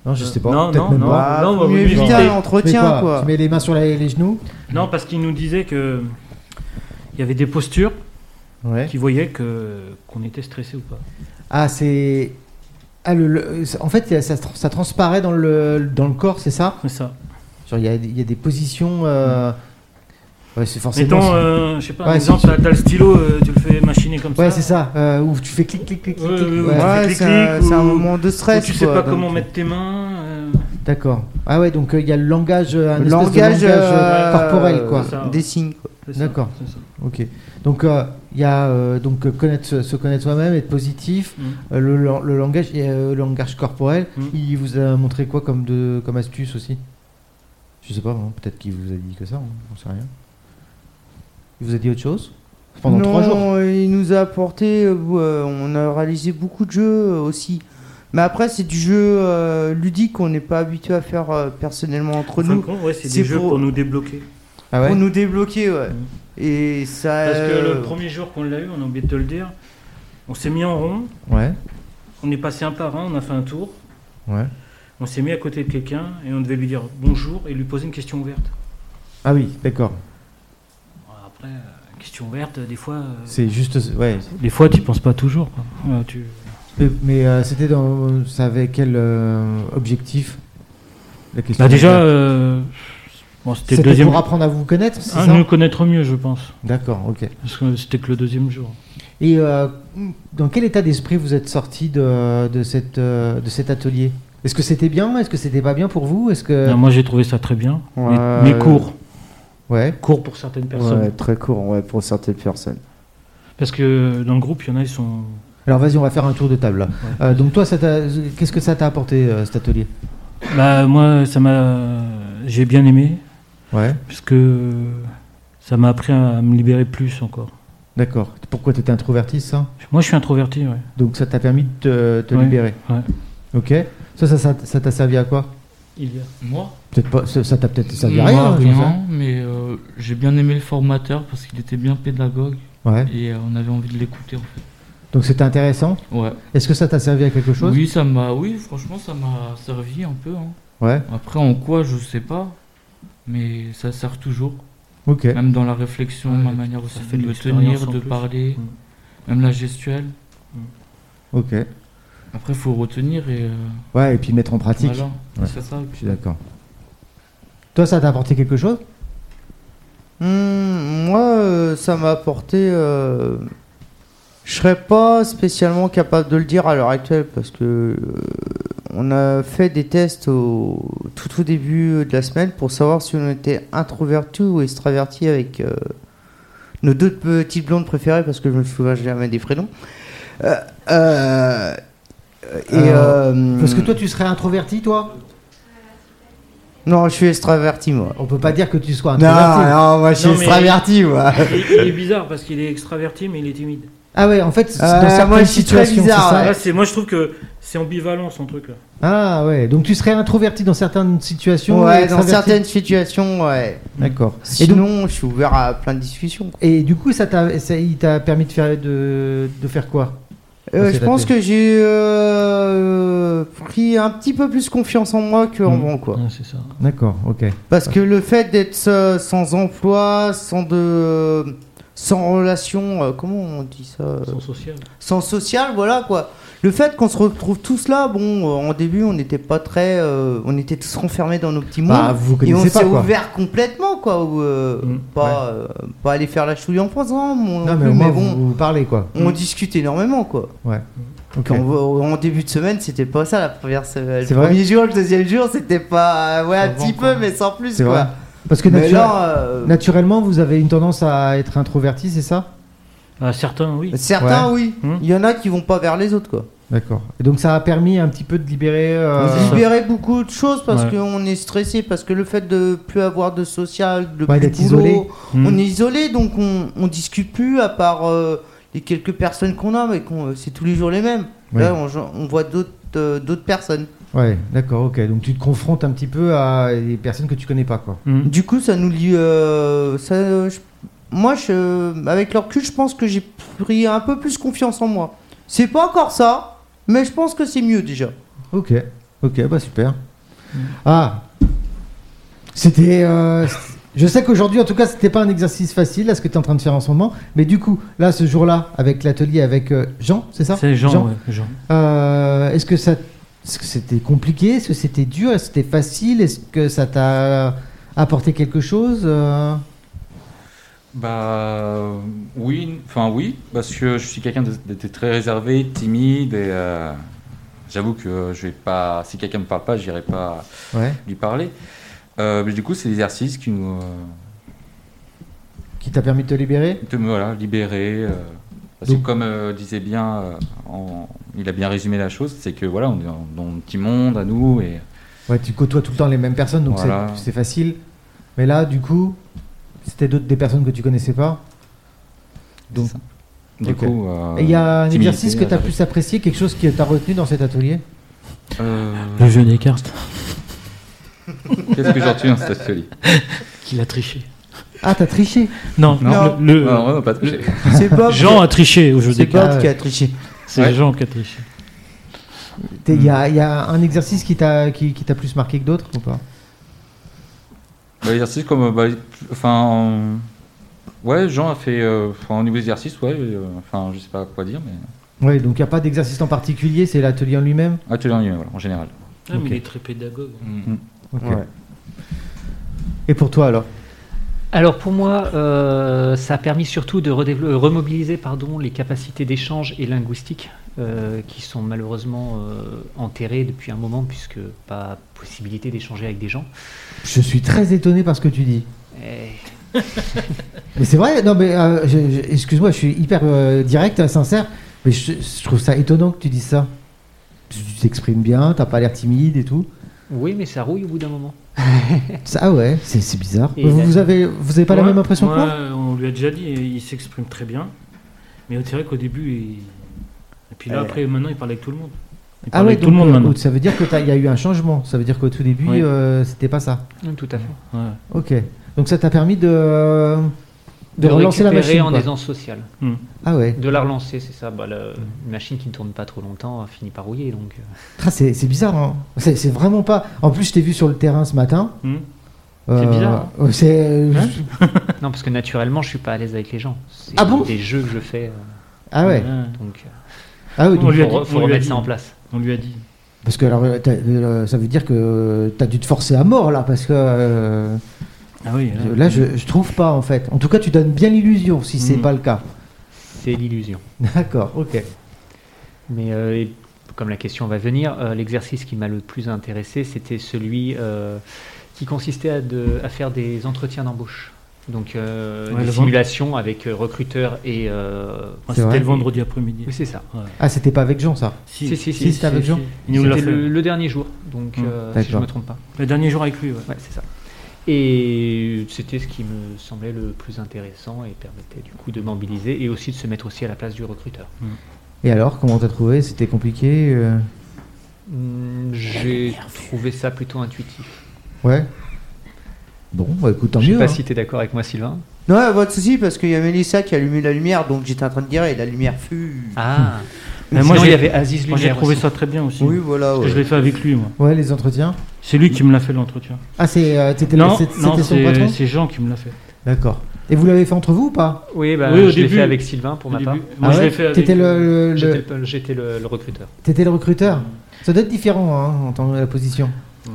S3: non je sais pas.
S5: Non,
S3: peut-être
S5: non,
S3: même
S5: non.
S3: pas.
S7: Bah,
S5: non, bah,
S7: mieux
S5: oui,
S7: éviter
S5: oui.
S7: un
S5: Mais
S3: Mais
S7: entretien,
S3: quoi,
S7: quoi.
S3: Tu mets les mains sur la- les genoux
S5: Non, parce qu'il nous disait que il y avait des postures
S3: Ouais.
S5: qui voyaient que qu'on était stressé ou pas. [laughs]
S3: Ah, c'est. Ah, le, le- c'est- En fait, ça, ça transparaît dans le, dans le corps, c'est ça
S5: C'est ça.
S3: Genre, il y a, il y a des positions. euh, Ouais, c'est forcément.
S5: Hmm. Mettons,
S3: ça.
S5: euh, je sais pas,
S3: Ouais,
S5: un
S3: c'est-
S5: exemple, t'as t'as le stylo, euh, tu le fais machiner comme ça.
S3: ouais, c'est ça. euh, où tu fais clic, clic, clic, clic.
S5: Ouais,
S3: clic.
S5: ouais,
S3: Ouais,
S5: ouais.
S7: Ouais,
S5: clic,
S7: c'est un,
S5: clic,
S7: c'est un
S5: ou-
S7: moment de
S5: Ou
S7: stress.
S5: tu sais
S7: quoi,
S5: pas
S7: donc,
S5: comment
S7: euh,
S5: mettre tes mains. euh,
S3: D'accord. Ah ouais, donc euh, il y a le langage, euh, un
S7: Le
S3: espèce de
S7: langage, euh,
S3: corporel, quoi.
S5: c'est ça.
S7: Des signes. quoi.
S5: c'est ça,
S3: D'accord.
S5: c'est ça.
S3: Ok. Donc euh, il y a euh, donc euh, connaître se, se connaître soi-même, être positif,
S5: Mm.
S3: euh, le, lan- le langage et euh, le langage corporel.
S5: Mm.
S3: Il vous a montré quoi comme de comme astuce aussi Je sais pas. hein, Peut-être qu'il vous a dit que ça. hein, On sait rien. Il vous a dit autre chose pendant
S7: non,
S3: trois jours.
S7: Il nous a apporté, euh, euh, on a réalisé beaucoup de jeux euh, aussi. Mais après, c'est du jeu euh, ludique qu'on n'est pas habitué à faire euh, personnellement entre
S5: En fin de
S7: nous.
S5: compte, ouais, c'est
S7: c'est
S5: des jeux
S7: pour-
S5: pour nous débloquer.
S3: Ah ouais.
S7: Pour nous débloquer, ouais.
S5: Mhm.
S7: Et ça.
S5: Parce que
S7: euh,
S5: le premier jour qu'on l'a eu, on a oublié de te le dire, on s'est mis en rond,
S3: Ouais.
S5: on est passé un par un, on a fait un tour,
S3: Ouais.
S5: on s'est mis à côté de quelqu'un et on devait lui dire bonjour et lui poser une question ouverte.
S3: Ah oui, d'accord.
S5: Bon, Après, euh, question ouverte, des fois. euh,
S3: C'est juste. Ouais.
S5: Des fois, tu penses pas toujours. quoi. Ouais, tu-
S3: Mais, mais, euh, c'était dans. Ça avait quel euh, objectif La question.
S5: Bah, déjà, euh, bon, c'était
S3: C'était
S5: le deuxième.
S3: pour apprendre à vous connaître, c'est
S5: Ah,
S3: ça
S5: nous connaître mieux, je pense.
S3: D'accord, ok.
S5: Parce que c'était que le deuxième jour.
S3: Et euh, dans quel état d'esprit vous êtes sorti de, de, cette, euh, de cet atelier Est-ce que c'était bien Est-ce que c'était pas bien pour vous Est-ce que
S5: Non, moi, j'ai trouvé ça très bien. Mais-
S7: Ouais.
S5: Mais, court.
S3: ouais
S5: Court pour certaines personnes.
S7: ouais, très court, ouais, pour certaines personnes.
S5: Parce que euh, dans le groupe, il y en a, ils sont.
S3: Alors vas-y, on va faire un tour de table. là. Euh, donc toi, ça t'a- qu'est-ce que ça t'a apporté euh, cet atelier
S5: Bah, moi, ça m'a. J'ai bien aimé.
S3: Ouais,
S5: Parce que ça m'a appris à me libérer plus encore.
S3: d'accord. Pourquoi t'étais introverti, ça
S5: Moi, je suis introverti, ouais.
S3: Donc ça t'a permis de te, te
S5: Ouais,
S3: libérer.
S5: ouais.
S3: Ok. Ça, ça, ça, ça t'a servi à quoi
S5: Il y a.
S6: Moi
S3: Peut-être pas. Ça ça t'a peut-être servi à
S6: Moi,
S3: rien. hein, j'en sais
S6: rien, mais euh, j'ai bien aimé le formateur parce qu'il était bien pédagogue
S3: Ouais.
S6: et euh, on avait envie de l'écouter en fait.
S3: Donc c'était intéressant.
S6: Ouais.
S3: Est-ce que ça t'a servi à quelque chose
S6: Oui, ça m'a. Oui, franchement, ça m'a servi un peu. hein.
S3: Ouais.
S6: Après, en quoi, je sais pas, mais ça sert toujours.
S3: Ok.
S6: Même dans la réflexion,
S5: Ouais,
S6: ma manière
S5: ça
S6: aussi
S5: fait
S6: de
S5: de
S6: me
S5: l'expérience
S6: tenir,
S5: en
S6: de
S5: plus.
S6: parler,
S5: Mm.
S6: même la gestuelle.
S3: Ok.
S6: Après, faut retenir et euh,
S3: Ouais, et puis mettre en pratique.
S6: voilà.
S3: Ouais.
S6: C'est ça.
S3: Je suis d'accord. Toi, ça t'a apporté quelque chose
S7: Hmm, moi, euh, ça m'a apporté. euh, Je serais pas spécialement capable de le dire à l'heure actuelle parce que euh, on a fait des tests au, tout au début de la semaine pour savoir si on était introverti ou extraverti avec euh, nos deux petites blondes préférées parce que je me souviens jamais des prénoms. Euh, euh, et,
S3: Euh,
S7: euh,
S3: Parce que toi, tu serais introverti, toi
S7: non, je suis extraverti moi.
S3: On peut pas dire que tu sois
S7: Non,
S3: introverti.
S7: non, moi je suis
S5: Non, mais-
S7: extraverti moi.
S5: Il est, il est bizarre parce qu'il est extraverti, mais il est timide.
S3: Ah ouais, en fait, c'est
S7: Ah,
S3: dans certaines
S7: moi, je suis très
S3: situations,
S7: bizarre,
S3: c'est ça
S5: Là, c'est moi, je trouve que c'est ambivalent son truc là.
S3: Ah ouais, donc tu serais introverti dans certaines situations. et
S7: Ouais, dans
S3: extraverti.
S7: certaines situations, ouais.
S3: D'accord. Et, donc,
S7: Sinon, je suis ouvert à plein de discussions. quoi.
S3: et du coup, ça t'a, ça- il t'a permis de faire, de, de faire quoi
S7: Euh,
S3: Ah, c'est
S7: je
S3: la
S7: pense
S3: paix.
S7: que j'ai euh, pris un petit peu plus confiance en moi qu'en
S3: Mmh.
S5: Mm.
S7: avant, quoi.
S5: Ouais, c'est ça.
S3: D'accord, ok.
S7: Parce que le fait d'être euh, sans emploi, sans de, sans relation, euh, comment on dit ça, euh,
S5: Son social.
S7: sans social, voilà quoi. Le fait qu'on se retrouve tous là, bon, euh, en début, on n'était pas très, euh, on était tous renfermés dans nos petits mondes.
S3: Bah, vous
S7: Et on
S3: connaissez
S7: s'est
S3: pas quoi.
S7: ouvert complètement, quoi. ou, euh,
S5: Mm.
S7: pas, euh, pas aller faire la chouille en France, hein, mon-
S3: Non,
S7: non
S3: mais
S7: plus,
S3: au moins,
S7: mais bon,
S3: vous, vous parlez quoi.
S7: on discute énormément, quoi.
S3: Ok.
S7: Quand on- en début de semaine, c'était pas ça la première semaine.
S3: C'est
S7: Le
S3: vrai
S7: premier jour, le deuxième jour, c'était pas. euh, Ouais, un
S6: Avant,
S7: petit
S6: quoi.
S7: peu, mais sans plus,
S3: C'est vrai.
S7: quoi.
S3: Parce que
S7: Mais
S3: nature-
S7: là, euh,
S3: naturellement, vous avez une tendance à être introverti, c'est ça
S5: Ah, certains, oui.
S7: certains, oui.
S5: Hmm.
S7: Il y en a qui vont pas vers les autres, quoi.
S3: D'accord. Et donc, ça a permis un petit peu de libérer. euh,
S7: On se libérait beaucoup de choses parce
S5: Ouais.
S7: qu'on est stressé, parce que le fait de plus avoir de social, de
S3: Ouais,
S7: plus
S3: d'être
S7: de boulot,
S3: isolé.
S5: Mm.
S7: on est isolé, donc on, on discute plus à part euh, les quelques personnes qu'on a, mais qu'on- euh, c'est tous les jours les mêmes.
S3: Ouais.
S7: Là, on, on voit d'autres euh, d'autres personnes.
S3: Ouais, d'accord, ok. Donc tu te confrontes un petit peu à des personnes que tu connais pas, quoi.
S5: Mm.
S7: Du coup, ça nous lie. euh, ça, euh, je- moi, je, avec leur cul, je pense que j'ai pris un peu plus confiance en moi. C'est pas encore ça, mais je pense que c'est mieux déjà.
S3: Ok, ok, bah super. Ah, c'était. euh, c- je sais qu'aujourd'hui, en tout cas, c'était pas un exercice facile, là, ce que tu es en train de faire en ce moment. Mais du coup, là, ce jour-là, avec l'atelier avec euh, Jean, c'est ça
S5: C'est Jean, ouais, Jean.
S3: Euh, Est-ce que ça. Est-ce que c'était compliqué Est-ce que c'était dur Est-ce que c'était facile Est-ce que ça t'a apporté quelque chose Euh,
S1: Bah oui, enfin oui, parce que je suis quelqu'un de- d'être très réservé, timide et euh, j'avoue que je vais pas. Si quelqu'un me parle pas, j'irai pas
S3: Ouais.
S1: lui parler. Euh, mais du coup, c'est l'exercice qui nous euh,
S3: Qui t'a permis de te libérer
S1: de me voilà, libérer. euh, parce
S3: Donc-
S1: que comme euh, disait bien, euh, en- il a bien résumé la chose, c'est que voilà, on est dans, dans un petit monde à nous et
S3: Ouais, tu côtoies tout le temps les mêmes personnes, donc c'est-
S1: Voilà.
S3: c'est facile. Mais là, du coup, c'était d'autres des personnes que tu connaissais pas. Donc,
S1: c'est ça. Du
S3: ok.
S1: coup, euh,
S3: Et il y a un
S1: timidité, euh,
S3: exercice que tu as
S1: réservé.
S3: plus apprécié, quelque chose que tu as retenu dans cet atelier
S1: Euh,
S5: [laughs] Le jeu des cartes.
S1: Qu'est-ce que j'en tue dans cet atelier
S5: Qu'il a triché.
S3: Ah, t'as triché
S5: Non,
S1: Non.
S5: le- le-
S1: Non, non, pas touché.
S5: euh,
S7: C'est Bob.
S5: [laughs] Jean a triché au jeu
S7: C'est
S5: des cartes.
S7: Bob qui a triché.
S5: C'est
S1: Ouais.
S5: Jean qui a triché.
S3: Il y, a- y a un exercice qui t'a qui, qui t'a plus marqué que d'autres ou pas
S1: Bah, L'exercice comme. euh, bah, enfin. euh, Ouais, Jean a fait. euh, Enfin, au niveau des exercices, ouais. euh, Enfin, je sais pas quoi dire, mais.
S3: Oui, donc il n'y a pas d'exercice en particulier, c'est l'atelier en lui-même
S1: Atelier en ligne, voilà, en général. Mm.
S5: Ah, mais
S3: Ok.
S5: il est très pédagogue.
S3: Ok.
S7: Ouais.
S3: Et pour toi alors
S2: Alors pour moi, euh, ça a permis surtout de redévelop- euh, remobiliser pardon, les capacités d'échange et linguistique euh, qui sont malheureusement euh, enterrées depuis un moment puisque pas possibilité d'échanger avec des gens.
S3: Je suis très étonné par ce que tu dis.
S2: Et-
S3: Mais c'est vrai, non mais euh, je- je- excuse-moi, je suis hyper euh, direct, euh, sincère, mais je, je trouve ça étonnant que tu dises ça. Tu tu t'exprimes bien, t'as pas l'air timide et tout.
S2: Oui, mais ça rouille au bout d'un moment.
S3: Ça, ah ouais, c'est c'est bizarre.
S2: Et
S3: Vous,
S2: la-
S3: vous avez, vous avez pas la
S5: Moi-
S3: même impression que
S5: moi,
S3: moi
S5: euh, On lui a déjà dit, et il s'exprime très bien. Mais on dirait qu'au début, il... et puis là, après, maintenant, il parle avec tout le monde. Il parle avec tout le
S3: donc,
S5: monde
S3: euh,
S5: maintenant.
S3: ça veut dire que t'as- il y a eu un changement. Ça veut dire qu'au tout début,
S5: Oui.
S3: euh, c'était pas ça.
S2: Oui, Mm, Tout à fait.
S5: Ouais.
S3: Ok. Donc ça t'a permis de, de, relancer la
S2: récupérer
S3: machine.
S2: en
S3: quoi.
S2: aisance sociale.
S3: Ah ouais.
S2: De la relancer, c'est ça. Bah, la- Une machine qui ne tourne pas trop longtemps euh, finit par rouiller. Donc, euh,
S3: Ah, c'est c'est bizarre. hein. C'est c'est vraiment pas. En plus, je t'ai vu sur le terrain ce matin.
S5: Hmm.
S3: Euh,
S5: bizarre, Hein
S3: euh, C'est.
S2: Non, parce que naturellement, je suis pas à l'aise avec les gens. C'est
S3: Ah bon
S2: des jeux que je fais. euh,
S3: ah ouais.
S2: donc, euh,
S3: Ah ouais.
S5: On
S3: donc-
S5: lui a
S2: faut,
S5: dit-
S2: faut
S5: on lui a
S2: remettre
S5: dit.
S2: ça en place.
S5: On lui a dit.
S3: Parce que alors, euh, t'as- euh, ça veut dire que t'as dû te forcer à mort là, parce que euh,
S5: Ah oui,
S3: je- là, je, je trouve pas en fait. En tout cas, tu donnes bien l'illusion si c'est
S5: Hmm.
S3: pas le cas. [laughs]
S2: C'est l'illusion.
S3: D'accord. Ok.
S2: Mais euh, et comme la question va venir, euh, l'exercice qui m'a le plus intéressé, c'était celui euh, qui consistait à, de- à faire des entretiens d'embauche. Donc, euh,
S5: Ouais, le
S2: des
S5: vend-
S2: simulations avec euh, recruteurs et. euh,
S5: Ah,
S3: vrai.
S5: C'était le vendredi après-midi.
S2: oui, c'est ça.
S3: Ah, c'était pas avec Jean ça.
S2: Si, si, si,
S3: si, c'était avec Jean. Hmm.
S5: Il nous l'a
S2: C'était
S5: fait.
S2: le,
S5: Le...
S2: le dernier jour, donc
S5: Mm.
S2: euh, si je
S3: D'accord.
S2: me trompe pas.
S5: dernier jour avec lui, ouais.
S2: Ouais, c'est ça. Et c'était ce qui me semblait le plus intéressant et permettait du coup de mobiliser et aussi de se mettre aussi à la place du recruteur.
S3: Et alors, comment t'as trouvé C'était compliqué. euh
S2: Hmm, J'ai trouvé ça plutôt intuitif.
S3: Ouais. Bon, bah, écoute, tant
S2: Je sais
S3: mieux.
S2: pas
S3: hein.
S2: si tu es d'accord avec moi, Sylvain.
S7: Non, pas de souci parce qu'il y a Mélissa qui a allumé la lumière, donc j'étais en train de dire et la lumière fut.
S2: Ah
S5: Mais
S2: Moi,
S5: moi,
S2: il y
S5: j'ai-
S2: avait Aziz
S5: Moi, j'ai
S2: Lumière
S5: trouvé
S2: aussi.
S5: ça très bien aussi.
S7: Oui, voilà.
S5: Parce
S7: ouais.
S5: que Je l'ai fait avec lui, moi.
S3: Ouais, les entretiens.
S5: C'est lui qui me l'a fait l'entretien.
S3: Ah, c'est euh, t'étais
S5: Non,
S3: c'est- c'était
S5: non,
S3: son
S5: c'est
S3: patron.
S5: c'est Jean qui me l'a fait.
S3: D'accord. Et vous l'avez fait entre vous ou pas
S2: Oui, bah,
S5: Oui, au
S2: je l'ai
S5: début.
S2: fait avec Sylvain pour
S5: Au
S2: ma part.
S5: début. Moi,
S3: Ah
S5: je
S3: ouais
S5: l'ai fait avec- euh,
S3: T'étais le, le-
S2: J'étais
S3: le-
S2: le- J'étais le, le recruteur.
S3: t'étais le recruteur. Ça doit être différent hein, en tant que la position.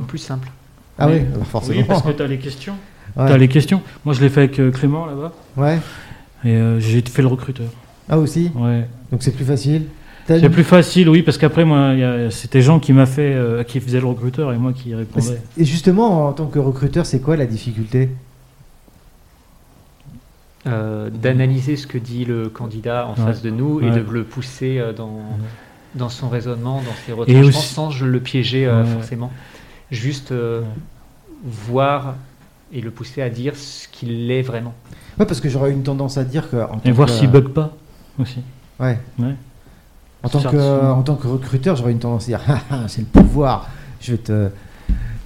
S2: Plus simple.
S3: Ah oui,
S5: Oui.
S3: bah, forcément.
S5: Oui, parce que t'as les questions.
S3: Ouais.
S5: T'as les questions. Moi, je l'ai fait avec euh, Clément là-bas.
S3: Ouais.
S5: Et euh, j'ai fait le recruteur.
S3: Ah aussi.
S5: Ouais.
S3: Donc c'est plus facile. T'as-
S5: C'est plus facile, oui, parce qu'après, moi, il y a- c'était Jean qui m'a fait, euh, qui faisait le recruteur et moi qui répondais.
S3: Et justement, en tant que recruteur, c'est quoi la difficulté
S2: Euh, d'analyser ce que dit le candidat en
S5: Ouais.
S2: face de nous et
S5: Ouais.
S2: de le pousser euh, dans, dans son raisonnement, dans ses
S5: Et
S2: retranchements,
S5: aussi-
S2: sans le piéger euh,
S5: Ouais.
S2: forcément. Juste euh,
S5: Ouais.
S2: voir et le pousser à dire ce qu'il est vraiment.
S3: Ouais, parce que j'aurais une tendance à dire que. En tant
S5: Et voir
S3: que-
S5: s'il bug pas aussi.
S3: Ouais.
S5: Ouais.
S3: En tant,
S5: Sorti.
S3: que, en tant que recruteur, j'aurais une tendance à dire [laughs] Ah, ah, c'est le pouvoir, je vais te.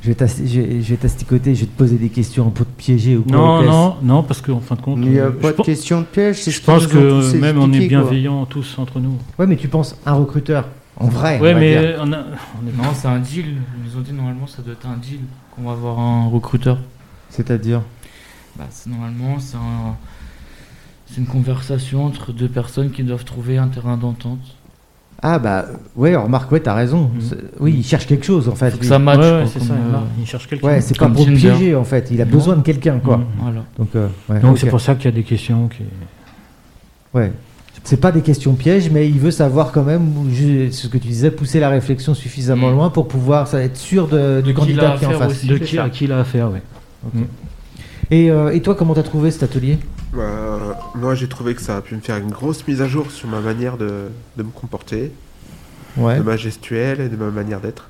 S3: Je vais, t'as- je vais- je vais t'asticoter, je vais te poser des questions pour te piéger ou quoi.
S5: Non,
S3: ou qu'est-ce.
S5: non, non, parce qu'en fin de compte,
S7: Il n'y a
S5: euh,
S7: pas
S5: je,
S7: de
S5: pense-
S7: question de piège. c'est
S5: je
S7: ce qu'ils
S5: pense
S7: nous ont
S5: que
S7: tous
S5: euh, même on est
S7: expliqué, quoi.
S5: bienveillants tous entre nous.
S3: Ouais, mais tu penses un recruteur, en vrai.
S5: Ouais,
S3: Eh, on va dire.
S5: mais euh, on a- on est-
S6: Non, c'est un deal. Ils nous ont dit normalement ça doit être un deal qu'on va avoir un recruteur.
S3: C'est-à-dire
S6: Bah, c'est- normalement, c'est un- c'est une conversation entre deux personnes qui doivent trouver un terrain d'entente.
S3: Ah bah ouais, remarque, ouais, t'as raison. C'est- Oui, il cherche quelque chose en fait.
S6: Faut que
S3: lui.
S6: ça matche.
S5: Ouais,
S6: quoi,
S5: ouais, c'est
S6: comme,
S5: Mm. ça.
S6: euh,
S5: là, Il cherche quelqu'un.
S3: Ouais, c'est
S5: [laughs]
S3: pas
S6: Comme
S3: pour le
S6: Tinder.
S3: piéger en fait. Il a besoin de quelqu'un quoi.
S5: Mhm.
S6: Voilà.
S3: Donc euh, ouais,
S5: Donc
S3: ok.
S5: c'est pour ça qu'il y a des questions qui.
S3: Ouais. C'est pas des questions pièges, mais il veut savoir quand même, où je- ce que tu disais, pousser la réflexion suffisamment
S6: Mm.
S3: loin pour pouvoir ça, être sûr de- du
S6: qui il a
S3: candidat qui est en
S6: affaire
S3: face.
S6: aussi.
S5: De
S6: C'est
S5: qui,
S6: ça.
S5: à qui il a affaire, ouais.
S3: Et, euh, et toi, comment t'as trouvé cet atelier
S4: Bah, moi, j'ai trouvé que ça a pu me faire une grosse mise à jour sur ma manière de, de me comporter,
S3: Ouais.
S4: de ma gestuelle et de ma manière d'être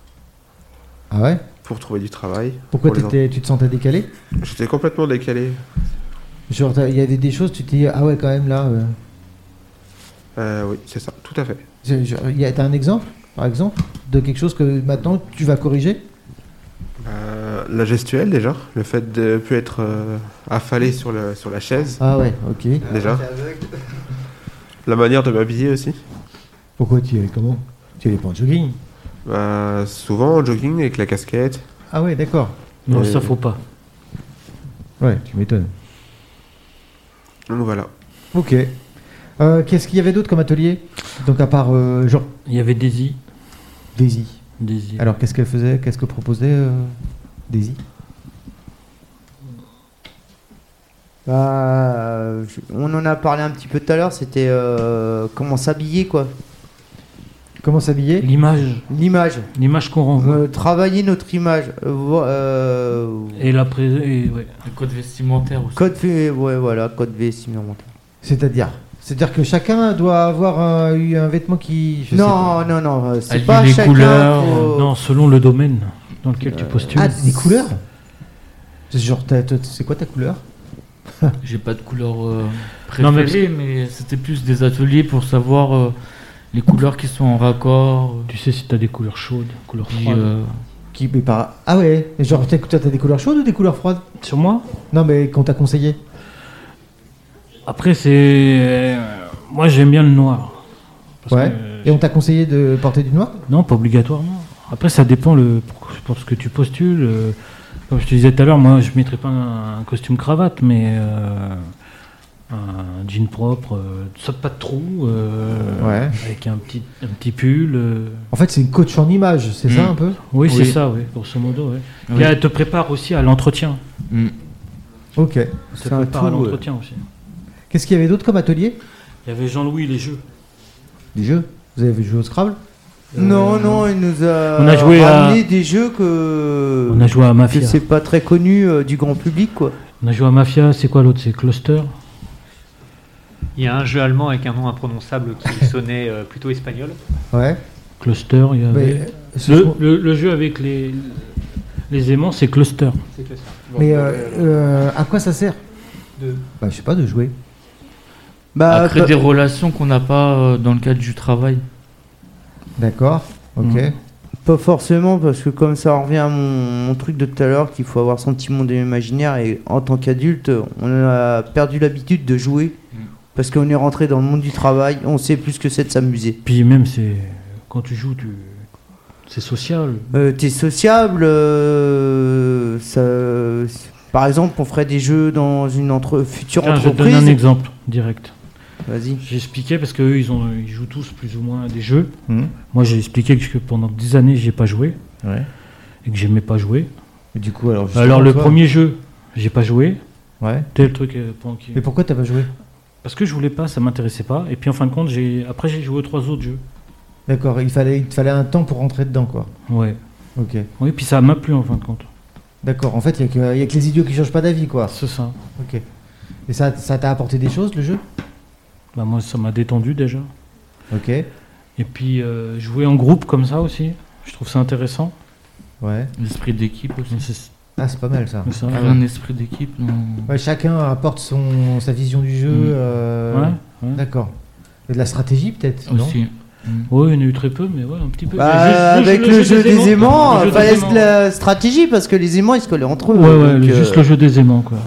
S3: Ah ouais
S4: pour trouver du travail.
S3: Pourquoi
S4: pour les
S3: t'étais- tu te sentais décalé
S4: en- J'étais complètement décalé.
S3: Genre, t'as- il y avait des choses, tu t'es dit, ah ouais, quand même là. euh,
S4: Euh, oui, c'est ça, tout à fait.
S3: je- je- il y a- T'as un exemple, par exemple, de quelque chose que maintenant tu vas corriger
S4: Euh, la gestuelle, déjà, le fait de plus être euh, affalé sur, le, sur la chaise,
S3: Ah ouais, ok.
S4: déjà. La manière de m'habiller aussi.
S3: Pourquoi tu y allais comment Tu y allais pas en jogging
S4: Bah, souvent en jogging avec la casquette.
S3: Ah ouais, d'accord.
S5: Non,
S4: Euh,
S5: ça faut pas.
S3: Ouais, tu m'étonnes.
S4: Donc voilà.
S3: Ok. Euh, Qu'est-ce qu'il y avait d'autre comme atelier Donc à part euh, genre
S5: Il y avait Daisy.
S3: Daisy.
S5: Daisy.
S3: Alors qu'est-ce qu'elle faisait Qu'est-ce que proposait euh, Daisy
S7: Bah, euh, je- on en a parlé un petit peu tout à l'heure, c'était euh, comment s'habiller, quoi.
S3: Comment s'habiller
S5: L'image.
S7: L'image.
S5: L'image qu'on renvoie.
S7: Euh, travailler notre image. Euh, vo- euh,
S5: Et la pré- et, ouais.
S6: Le code vestimentaire aussi.
S7: code V, ouais, voilà, code V, vestimentaire.
S3: C'est-à-dire C'est-à-dire que chacun doit avoir un, eu un vêtement qui. je sais pas.
S7: Non, non, non, euh, c'est
S6: Allier
S7: pas
S6: les
S7: chacun.
S6: couleurs,
S7: faut-
S5: euh, Non, selon le domaine dans lequel tu postules.
S3: Ah, des couleurs C'est Genre, t'as- t'as- c'est quoi ta couleur
S6: J'ai pas de couleur euh,
S5: Non, mais-
S6: préférée, mais, c'était plus des ateliers pour savoir euh, les couleurs qui sont en raccord. euh,
S5: Tu sais si tu as des couleurs chaudes, couleurs
S6: puis,
S5: froides.
S6: euh,
S3: qui, mais pas... Ah ouais mais Genre, t'as- toi, t'as des couleurs chaudes ou des couleurs froides
S5: Sur moi
S3: Non, mais qu'on t'a conseillé.
S5: Après, c'est. euh, Moi, j'aime bien le noir. Parce
S3: Ouais.
S5: que-
S3: Et on t'a conseillé de porter du noir
S5: Non, pas obligatoirement. Après, ça dépend le, pour, pour ce que tu postules. euh, Comme je te disais tout à l'heure, moi, je ne mettrais pas un, un costume cravate, mais euh, un jean propre, euh, ça, pas de trou, euh,
S3: Ouais.
S5: avec un petit, un petit pull. euh.
S3: En fait, c'est une coach en image, c'est ça
S6: Mm.
S3: un peu
S5: Oui,
S6: Oui.
S5: c'est ça, oui, grosso modo. oui.
S6: Oui.
S5: Et elle te prépare aussi à l'entretien.
S6: hmm.
S3: Ok.
S5: Elle te
S3: C'est un
S5: prépare à
S3: tout. euh.
S5: l'entretien aussi.
S3: Qu'est-ce qu'il y avait d'autre comme atelier
S5: Il y avait Jean-Louis, les jeux.
S3: Des jeux Vous avez joué au Scrabble
S7: Non, non, il nous a,
S5: On a joué à-
S7: ramené des jeux que.
S5: On a joué à
S7: que
S5: Mafia.
S7: c'est pas très connu euh, du grand public, quoi.
S5: On a joué à Mafia, c'est quoi l'autre C'est Cluster
S2: Il y a un jeu allemand avec un nom imprononçable
S5: [laughs]
S2: qui sonnait euh, plutôt espagnol.
S3: Ouais.
S5: Cluster, il y avait.
S3: Mais, euh,
S5: Le, le- le jeu avec les, les aimants, c'est Cluster.
S2: C'est que ça.
S3: mais, euh, euh, à quoi ça sert
S2: De-
S3: Bah, je sais pas, de jouer.
S7: Bah,
S3: Ah,
S6: à créer
S7: bah-
S6: des relations qu'on n'a pas euh, dans le cadre du travail.
S3: D'accord. Ok.
S6: Mm.
S7: Pas forcément, parce que comme ça on revient à mon, mon truc de tout à l'heure, qu'il faut avoir son petit monde imaginaire, et en tant qu'adulte, on a perdu l'habitude de jouer,
S6: Mm.
S7: parce qu'on est rentré dans le monde du travail, on sait plus ce que c'est de s'amuser.
S5: Puis même, c'est quand tu joues, tu... c'est social.
S7: Euh, T'es sociable, euh, ça- par exemple, on ferait des jeux dans une entre, future
S5: Tiens, je vais te donner un
S7: entreprise.
S5: exemple direct.
S7: Vas-y.
S5: J'expliquais parce qu'eux, ils, ont- ils jouent tous plus ou moins à des jeux.
S3: Mm.
S5: Moi, j'ai expliqué que pendant 10 années, j'ai pas joué
S3: Ouais.
S5: et que j'aimais pas jouer.
S3: Et du coup, alors. justement,
S5: Alors, le
S3: toi-
S5: premier jeu, j'ai pas joué.
S3: Ouais.
S5: Tel truc euh, pendant qu'il-
S3: Mais pourquoi t'as pas joué
S5: Parce que je voulais pas, ça m'intéressait pas. Et puis en fin de compte, j'ai après j'ai joué aux trois autres jeux.
S3: D'accord, il fallait, il te fallait un temps pour rentrer dedans, quoi.
S5: Ouais.
S3: Ok.
S5: Oui, puis ça m'a plu en fin de compte.
S3: D'accord, en fait, il n'y a, que les idiots qui changent pas d'avis, quoi.
S5: C'est ça.
S3: Ok. Et ça ça t'a apporté des choses, le jeu
S5: Bah, moi, ça m'a détendu déjà.
S3: Ok.
S5: Et puis euh, jouer en groupe comme ça aussi, je trouve ça intéressant.
S3: Ouais.
S6: L'esprit d'équipe aussi.
S5: C'est-
S3: Ah, c'est pas mal, ça.
S5: c'est ça.
S6: Créer un esprit d'équipe. non.
S3: Ouais, chacun apporte son, sa vision du jeu.
S6: Mm.
S3: euh,
S5: Ouais, ouais.
S3: D'accord. Et de la stratégie, peut-être, non
S6: Aussi. Hmm.
S5: Ouais, Mm. il y en a eu très peu, mais ouais, un petit peu.
S7: Bah,
S5: Le jeu-
S7: avec le jeu des aimants, euh,
S5: Le jeu
S7: il
S5: des
S7: fallait
S5: aimants.
S7: de la stratégie, parce que les aimants ils se collaient entre eux.
S5: Ouais, ouais,
S7: donc,
S5: le-
S7: euh,
S5: juste le jeu des aimants, quoi.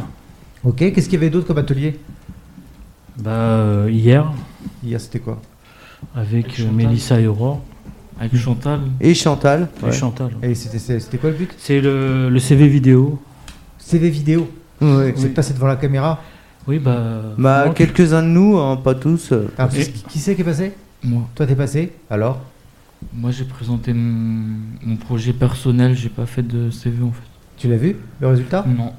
S3: Ok, qu'est-ce qu'il y avait d'autre comme atelier
S5: Bah, euh, hier,
S3: Hier, c'était quoi
S5: avec
S6: Avec
S5: euh,
S6: Chantal.
S5: Mélissa et Aurore
S6: Avec Chantal.
S7: Et Chantal.
S5: et Chantal.
S3: Et c'était- c'était c'était quoi le but
S5: C'est le, le CV vidéo.
S3: CV vidéo.
S7: Ouais.
S3: C'est de passer devant la caméra.
S5: Oui, bah.
S7: Bah,
S5: vraiment,
S7: quelques-uns de nous, hein, pas tous. euh.
S3: Alors,
S5: Et-
S3: qui qui c'est qui est passé
S6: Moi,
S3: Toi, t'es passé Alors
S6: moi j'ai présenté mon, mon projet personnel, j'ai pas fait de CV en fait.
S3: Tu l'as vu, le résultat
S6: Non.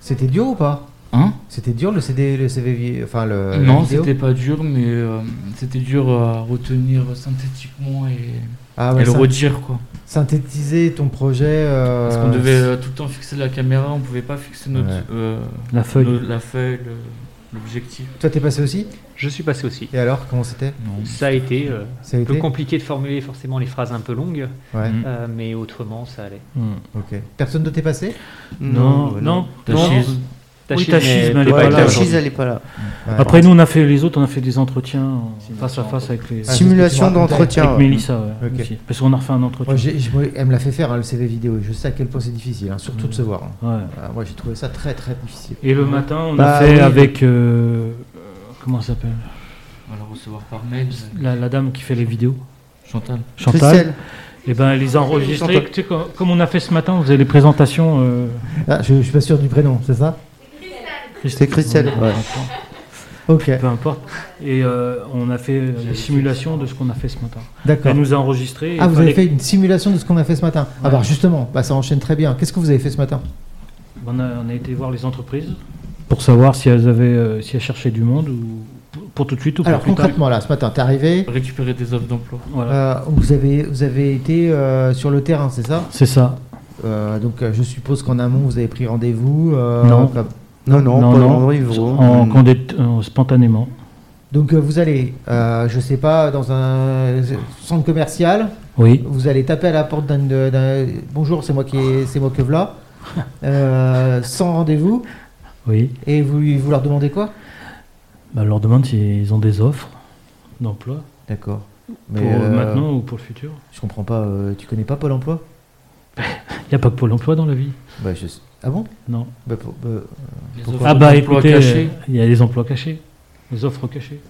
S3: C'était dur ou pas
S6: Hein
S3: C'était dur le CD, le CV, vi- enfin le. Euh, la
S6: Non,
S3: vidéo
S6: c'était pas dur, mais euh, c'était dur à retenir synthétiquement et,
S3: Ah
S6: et
S3: ouais,
S6: le
S3: syn-
S6: redire quoi.
S3: synthétiser ton projet. euh,
S6: Parce qu'on devait euh, tout le temps fixer la caméra, on pouvait pas fixer notre,
S3: Ouais.
S6: euh,
S5: La feuille.
S6: le- la feuille, le- l'objectif.
S3: Toi, t'es passé aussi
S2: Je suis passé aussi.
S3: Et alors, comment c'était
S6: Non.
S2: Ça a été euh,
S3: Ça a
S2: un peu
S3: été
S2: compliqué de formuler forcément les phrases un peu longues,
S3: Ouais,
S6: Mm.
S2: euh, mais autrement ça allait.
S7: Mm.
S5: Hmm.
S3: ok. Personne ne t'est passé
S5: Non,
S7: bah,
S5: non.
S6: Tachise.
S5: Oui,
S2: Tachis,
S5: Tachis, mais elle est
S2: peut
S5: pas
S7: Ouais,
S5: là
S7: la
S5: aujourd'hui.
S7: chise, elle est pas là.
S3: Ouais.
S5: Après, nous, on a fait les autres, on a fait des entretiens en
S1: Simulation
S5: face à face avec les.
S3: Ah,
S7: Simulation
S3: c'est ce que tu m'as raconté.
S7: d'entretien.
S5: avec
S7: ouais. Oh,
S5: Mélissa, ouais,
S3: Ok.
S5: aussi. parce qu'on a refait un entretien.
S3: Moi, j'ai- j'ai- moi, elle me l'a fait faire hein, le CV vidéo et je sais à quel point c'est difficile, hein, surtout de se voir. hein.
S5: Ouais.
S3: Ah, moi j'ai trouvé ça très très difficile.
S5: Et le matin, on
S3: Bah,
S5: a fait
S3: oui.
S5: avec euh, euh, comment ça s'appelle
S6: On va la recevoir par mail, euh,
S5: la, la dame qui fait les vidéos,
S6: Chantal.
S5: Chantal.
S7: Christelle.
S5: Et ben, elle les a enregistrées.
S7: Chantal.
S5: Tu sais, comme, comme on a fait ce matin, on faisait les présentations. euh,
S3: Ah, je, je suis pas sûr du prénom, c'est ça
S7: C'est Christelle.
S5: on-
S7: ouais.
S3: Ok,
S5: Peu importe. Et euh, on a fait euh, des simulations de ce qu'on a fait ce matin.
S3: d'accord.
S5: Elle nous a enregistré.
S3: Ah, vous avez fait une simulation de ce qu'on a fait ce matin. Ah bah justement, bah, ça enchaîne très bien. Qu'est-ce que vous avez fait ce matin
S5: On a, on a été voir les entreprises pour savoir si elles avaient, euh, si elles cherchaient du monde ou pour, pour tout de suite ou pour
S3: Alors
S5: plus tard.
S3: concrètement là, ce matin, t'es arrivé,
S6: Récupérer des offres d'emploi.
S5: Voilà.
S3: euh, vous, avez, vous avez été euh, sur le terrain, c'est ça
S5: C'est ça.
S3: Euh, Donc euh, je suppose qu'en amont, vous avez pris rendez-vous. euh,
S5: Non.
S3: comme-
S7: Non, non,
S5: Non,
S7: pas
S5: non.
S7: non. Rivero.
S3: Hmm.
S5: En, condé- en- spontanément.
S3: Donc euh, vous allez, euh, je sais pas, dans un centre commercial,
S5: Oui.
S3: Vous allez taper à la porte d'un. d'un- Bonjour, c'est moi qui, c'est moi que
S5: [laughs]
S3: v'là. Euh, sans rendez-vous.
S5: Oui.
S3: Et vous, vous leur demandez quoi
S5: Bah, on leur demande s'ils ont des offres d'emploi
S3: D'accord. Mais
S5: pour euh,
S3: euh,
S5: maintenant ou pour le futur.
S3: Je comprends pas. euh, tu connais pas Pôle Emploi
S5: Il n'y a pas que Pôle emploi dans la vie.
S3: Bah je. Ah bon
S5: Non.
S3: Bah, pour- bah,
S6: Les
S3: Pourquoi
S6: offres
S5: Ah bah
S6: d'emploi
S5: écoutez,
S6: cachées.
S5: euh, il y a des emplois cachés. Des offres cachées.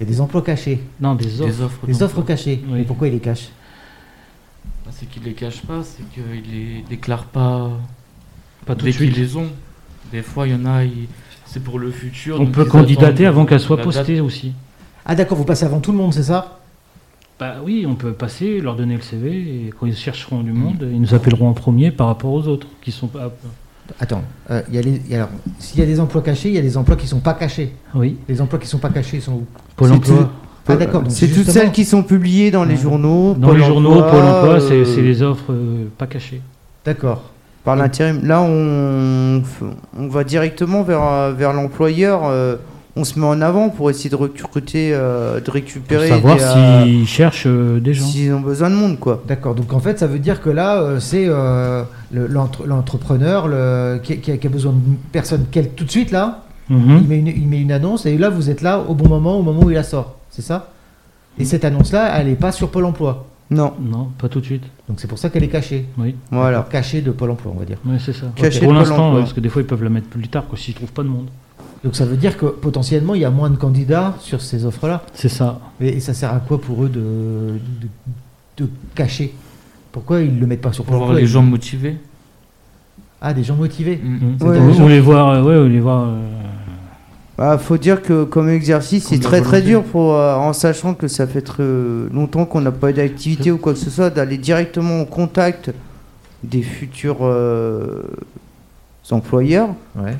S3: Il y a des emplois cachés,
S5: Non, des offres.
S6: Les offres.
S3: des
S6: d'emploi.
S3: offres cachées.
S5: Oui.
S3: Et pourquoi ils les cachent
S6: Ah, C'est qu'ils les cachent pas, c'est qu'ils les déclarent pas
S5: Pas tout de
S6: dès qu'ils
S5: suite.
S6: les ont. Des fois, il y en a, ils- c'est pour le futur.
S5: On
S6: donc
S5: peut
S6: ils
S5: candidater
S6: attendent
S5: avant qu'elle soit
S6: la date.
S5: postée aussi.
S3: Ah d'accord, vous passez avant tout le monde, c'est ça
S5: Bah oui, on peut passer, leur donner le CV, et quand ils chercheront du monde, ils nous appelleront en premier par rapport aux autres, qui sont pas...
S3: Attends. euh, il y a les- il y a- alors, s'il y a des emplois cachés, il y a des emplois qui sont pas cachés.
S5: Oui,
S3: Les emplois qui sont pas cachés ils sont où
S5: Pôle
S7: C'est
S5: emploi.
S3: Ah d'accord. donc
S7: C'est toutes
S3: justement-
S7: celles qui sont publiées dans les
S5: Ouais.
S7: journaux.
S5: Dans
S7: Pôle
S5: les journaux, Pôle emploi, c'est
S7: euh,
S5: c'est les offres euh, pas cachées.
S3: D'accord.
S7: Par l'intérim. Là, on, f- on va directement vers, euh, vers l'employeur. euh, on se met en avant pour essayer de recruter, euh, de
S5: Pour
S7: récupérer.
S5: savoir
S7: des, euh,
S5: s'ils cherchent euh, des gens.
S7: s'ils ont besoin de monde, quoi.
S3: D'accord, donc en fait ça veut dire que là euh, c'est euh, le- l'entre- l'entrepreneur le- qui, qui a- qui a besoin de personne quel- tout de suite là, il,
S7: Hmm.
S5: Mhm.
S3: met une, il met une annonce et là vous êtes là au bon moment, au moment où il la sort, c'est ça Et cette annonce là elle n'est pas sur Pôle emploi,
S7: Non,
S5: Non, pas tout de suite,
S3: donc c'est pour ça qu'elle est cachée,
S5: oui.
S7: voilà.
S3: cachée de Pôle emploi on va dire.
S5: Oui, c'est ça.
S7: Caché
S5: Pour
S7: de Pôle
S5: l'instant,
S7: emploi.
S5: ouais, parce que des fois, ils peuvent la mettre plus tard, quoi, s'ils trouvent pas de monde.
S3: Donc ça veut dire que potentiellement il y a moins de candidats sur ces offres là,
S5: C'est ça.
S3: et, et ça sert à quoi pour eux de, de- de cacher Pourquoi ils ne le mettent pas sur
S6: Pour
S3: Pôle
S6: avoir
S3: emploi
S6: les gens motivés.
S3: Ah des gens motivés
S6: Mm.
S5: Mhm.
S7: Ouais,
S5: Ou-
S7: les gens-
S5: ou les voir, euh, ouais, ou les voir... euh,
S7: Bah, faut dire que comme exercice,
S6: Comme
S7: c'est
S6: la
S7: très très
S6: volonté.
S7: dur pour, euh, en sachant que ça fait très longtemps qu'on n'a pas eu d'activité ou quoi que ce soit, d'aller directement au contact des futurs euh, employeurs.
S3: Ouais.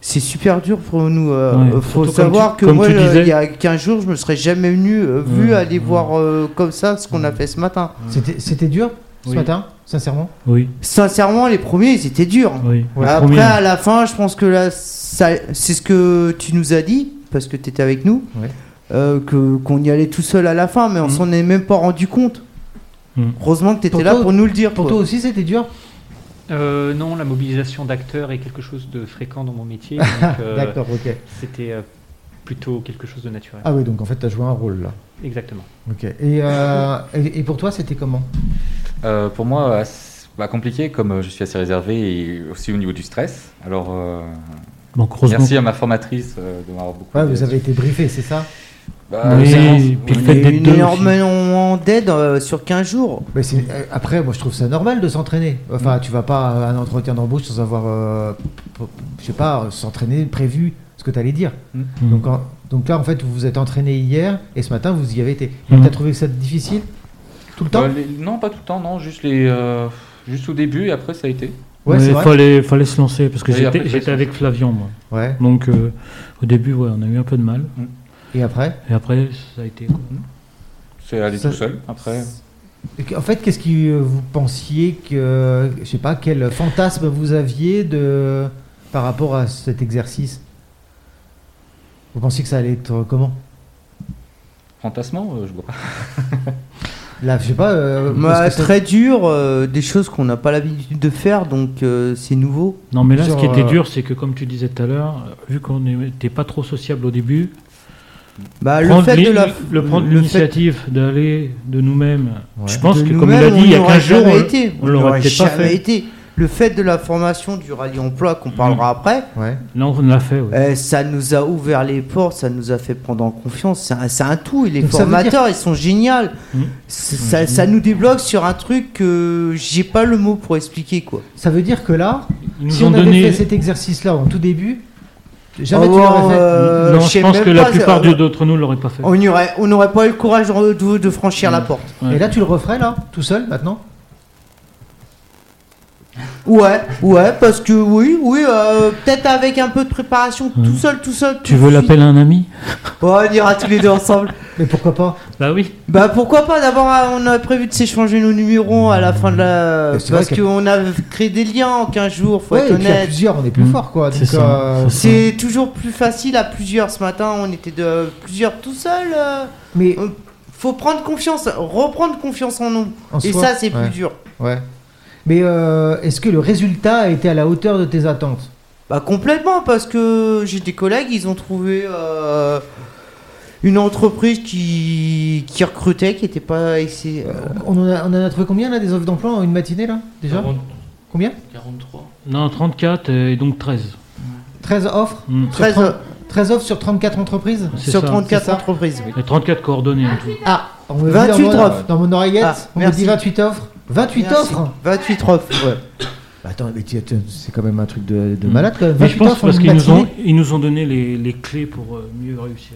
S7: C'est super dur pour nous. euh,
S5: Ouais, surtout
S7: faut
S5: comme
S7: savoir
S5: tu-
S7: que
S5: comme
S7: moi,
S5: tu
S7: euh,
S5: disais.
S7: il y a 15 jours, je me serais jamais venu euh, vu
S5: Ouais,
S7: aller
S5: ouais.
S7: voir euh, comme ça ce qu'on a fait ce matin.
S3: C'était c'était dur ce
S5: Oui.
S3: matin, sincèrement
S5: Oui,
S7: Sincèrement, les premiers, ils étaient durs.
S5: oui. Le
S7: Après,
S5: premier.
S7: à la fin, je pense que là, ça- c'est ce que tu nous as dit, parce que tu étais avec nous,
S3: Ouais.
S7: euh, que qu'on y allait tout seul à la fin, mais on
S5: Mhm.
S7: s'en est même pas rendu compte.
S5: Mhm.
S7: Heureusement que tu
S3: Pour
S7: étais là
S3: toi-
S7: pour nous le dire.
S3: Pour
S7: quoi.
S3: toi aussi c'était dur
S2: Euh, non, la mobilisation d'acteurs est quelque chose de fréquent dans mon métier,
S3: [laughs]
S2: donc euh,
S3: D'accord, ok.
S2: c'était euh, plutôt quelque chose de naturel.
S3: Ah oui, donc en fait, tu as joué un rôle là.
S2: Exactement.
S3: Ok. Et, euh, et, et pour toi, c'était comment
S1: Euh, pour moi, assez- bah, compliqué, comme euh, je suis assez réservé et aussi au niveau du stress. Alors, euh,
S5: Donc, heureusement.
S1: merci à ma formatrice euh, de m'avoir beaucoup
S3: Ouais,
S1: aidé
S3: vous avez été briefé, c'est ça
S1: Bah,
S5: Oui,
S1: clairement,
S5: puis le
S1: oui.
S5: fait
S7: Il y a eu
S5: d'être
S7: une
S5: deux
S7: énorme en d'aide euh, sur 15 jours.
S3: Mais c'est- euh, Après, moi, je trouve ça normal de s'entraîner. Enfin, tu vas pas à un entretien d'embauche sans avoir, euh, p- p- je sais pas, euh, s'entraîner prévu. Parce ce que tu allais dire.
S5: Mm.
S3: Donc, en- donc là, en fait, vous vous êtes entraîné hier et ce matin, vous y avez été. Et
S5: Mm.
S3: t'as trouvé ça difficile Tout le temps
S1: Euh, les- non, pas tout le temps, non, juste les. euh, Juste au début et après ça a été.
S3: Ouais,
S5: Mais
S3: c'est vrai.
S5: fallait, fallait se lancer parce que
S1: Et après,
S5: j'étais
S1: fallait se
S5: j'étais
S1: lancer.
S5: avec Flavian, moi.
S3: Ouais.
S5: Donc euh, au début, ouais, on a eu un peu de mal.
S3: Et après
S5: Et après, ça a été. quoi.
S1: C'est allé
S3: Ça-
S1: tout seul. Après,
S3: Et qu- En fait, qu'est-ce que euh, vous pensiez que. Je sais pas, quel fantasme vous aviez de... par rapport à cet exercice Vous pensiez que ça allait être comment
S1: fantasmant, euh, je vois.
S3: Là, je sais pas. euh,
S7: Bah,
S3: parce que ça-
S7: très dur, euh, des choses qu'on n'a pas l'habitude de faire, donc euh, c'est nouveau.
S5: Non, mais là, ce qui
S3: Genre,
S5: était
S3: euh,
S5: dur, c'est que comme tu disais tout à l'heure, euh, vu qu'on n'était pas trop sociable au début,
S7: Bah, le
S5: prendre
S7: fait
S5: l'i-
S7: de la.
S5: le prendre
S7: le fait-
S5: l'initiative d'aller de nous-mêmes,
S3: Ouais.
S5: je pense
S7: de
S5: que comme il a
S7: nous-mêmes,
S5: dit il y a
S7: on n'aurait
S5: 15 jours, euh,
S7: jamais
S5: on-
S7: été.
S5: on l'aurait peut-être pas
S7: jamais
S5: fait.
S7: été. Le fait de la formation du rallye emploi qu'on parlera
S5: Mm.
S7: après,
S3: Ouais.
S5: là on l'a fait. ouais.
S7: euh, ça nous a ouvert les portes, ça nous a fait prendre en confiance. C'est un, c'est un tout. Et les
S3: Donc, ça veut Mmh.
S7: formateurs, ils sont géniaux.
S5: Mhm.
S7: C'est- Ça, ça nous débloque sur un truc que j'ai pas le mot pour expliquer quoi.
S3: Ça veut dire que là,
S7: Eh,
S5: Ils nous
S3: si
S5: ont
S3: on
S5: donné.
S3: avait fait cet exercice-là en tout début, jamais tu
S7: Oh,
S3: l'aurais fait.
S7: euh,
S5: non,
S7: je
S5: je
S7: sais
S5: pense
S7: même
S5: que la
S7: pas,
S5: plupart
S7: euh,
S5: d'entre nous l'auraient pas fait.
S7: On y aurait- on n'aurait pas eu le courage de, de- de franchir la porte.
S5: Ouais.
S3: Et là, tu le referais, là, tout seul, maintenant
S7: Ouais, ouais, parce que oui, oui, euh, peut-être avec un peu de préparation, tout
S5: Mhm.
S7: seul, tout seul.
S5: tu
S7: tout
S5: veux
S7: de suite.
S5: l'appeler un ami
S7: Ouais, On ira tous les deux ensemble.
S3: Mais pourquoi pas
S5: Bah oui.
S7: Bah pourquoi pas D'abord, euh, on a prévu de s'échanger nos numéros à la fin de la.
S3: Mais c'est
S7: Parce
S3: vrai que-
S7: qu'on a créé des liens en 15 jours, faut
S3: Ouais,
S7: être
S3: et puis à
S7: honnête. Hmm.
S3: plusieurs, on est plus
S5: Mm.
S3: fort, quoi.
S5: C'est
S3: Donc,
S5: ça.
S3: euh,
S7: C'est toujours plus facile à plusieurs. Ce matin, on était de plusieurs tout seul. euh,
S3: mais
S7: Faut prendre confiance, reprendre confiance en nous.
S3: en
S7: Et
S3: soi,
S7: ça, c'est
S3: ouais,
S7: plus dur.
S3: Ouais. Mais euh, est-ce que le résultat a été à la hauteur de tes attentes
S7: Bah complètement parce que j'ai des collègues, ils ont trouvé euh, une entreprise qui, qui recrutait, qui était pas excé-
S3: Euh, on, en a, on en a trouvé combien, là, des offres d'emploi en une matinée, là Déjà
S6: 40,
S3: Combien
S6: 43.
S5: Non, 34 et donc 13.
S3: 13 offres
S5: Mm.
S3: sur
S7: 13
S3: 30 13 offres sur 34 entreprises
S5: C'est
S7: sur
S5: ça.
S7: 34
S3: c'est ça.
S7: entreprises. oui.
S5: Et 34 coordonnées en tout.
S3: Ah on me dit
S7: 28
S3: dans mon-
S7: offres.
S3: Dans mon oreillette,
S7: Ah,
S3: on me
S7: merci.
S3: dit 28 offres. 28
S7: Merci.
S3: offres
S7: 28 offres. ouais.
S3: Bah Attends, mais tu- tu- c'est quand même un truc de, de
S5: Mm.
S3: malade quand même.
S5: Mais je
S3: 28
S5: pense
S3: offres en
S5: parce
S3: une
S5: qu'ils nous ont,
S3: matinée.
S5: ils nous ont donné les, les clés pour euh, mieux réussir.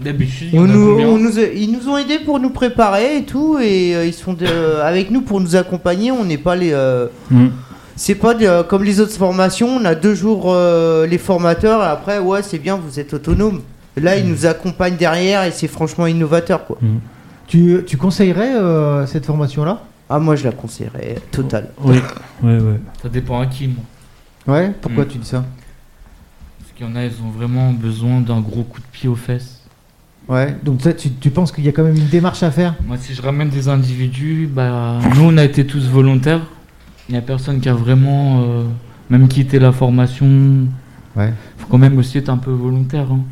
S6: D'habitude,
S7: On
S6: on a
S7: nous-
S6: combien
S7: on nous a- ils nous ont aidés pour nous préparer et tout, et euh, ils sont de- avec nous pour nous accompagner. On n'est pas les. euh,
S5: Hmm.
S7: c'est pas des- euh, comme les autres formations. On a deux jours euh, les formateurs. Et après, ouais, c'est bien, vous êtes autonome. Là,
S6: Mm.
S7: ils nous accompagnent derrière et c'est franchement innovateur, quoi.
S3: Tu, tu conseillerais euh, cette formation-là
S7: Ah, moi, je la conseillerais totale.
S5: Oui, oui, oui.
S6: Ça dépend à qui, moi.
S3: Ouais, pourquoi
S5: Hmm.
S6: Mm.
S3: tu dis ça
S6: Parce qu'il y en a, ils ont vraiment besoin d'un gros coup de pied aux fesses.
S3: Ouais, donc ça, tu, tu penses qu'il y a quand même une démarche à faire
S6: Moi, si je ramène des individus, bah, nous, on a été tous volontaires. Il n'y a personne qui a vraiment euh, même quitté la formation.
S3: Ouais.
S6: Faut quand même aussi être un peu volontaire. hein.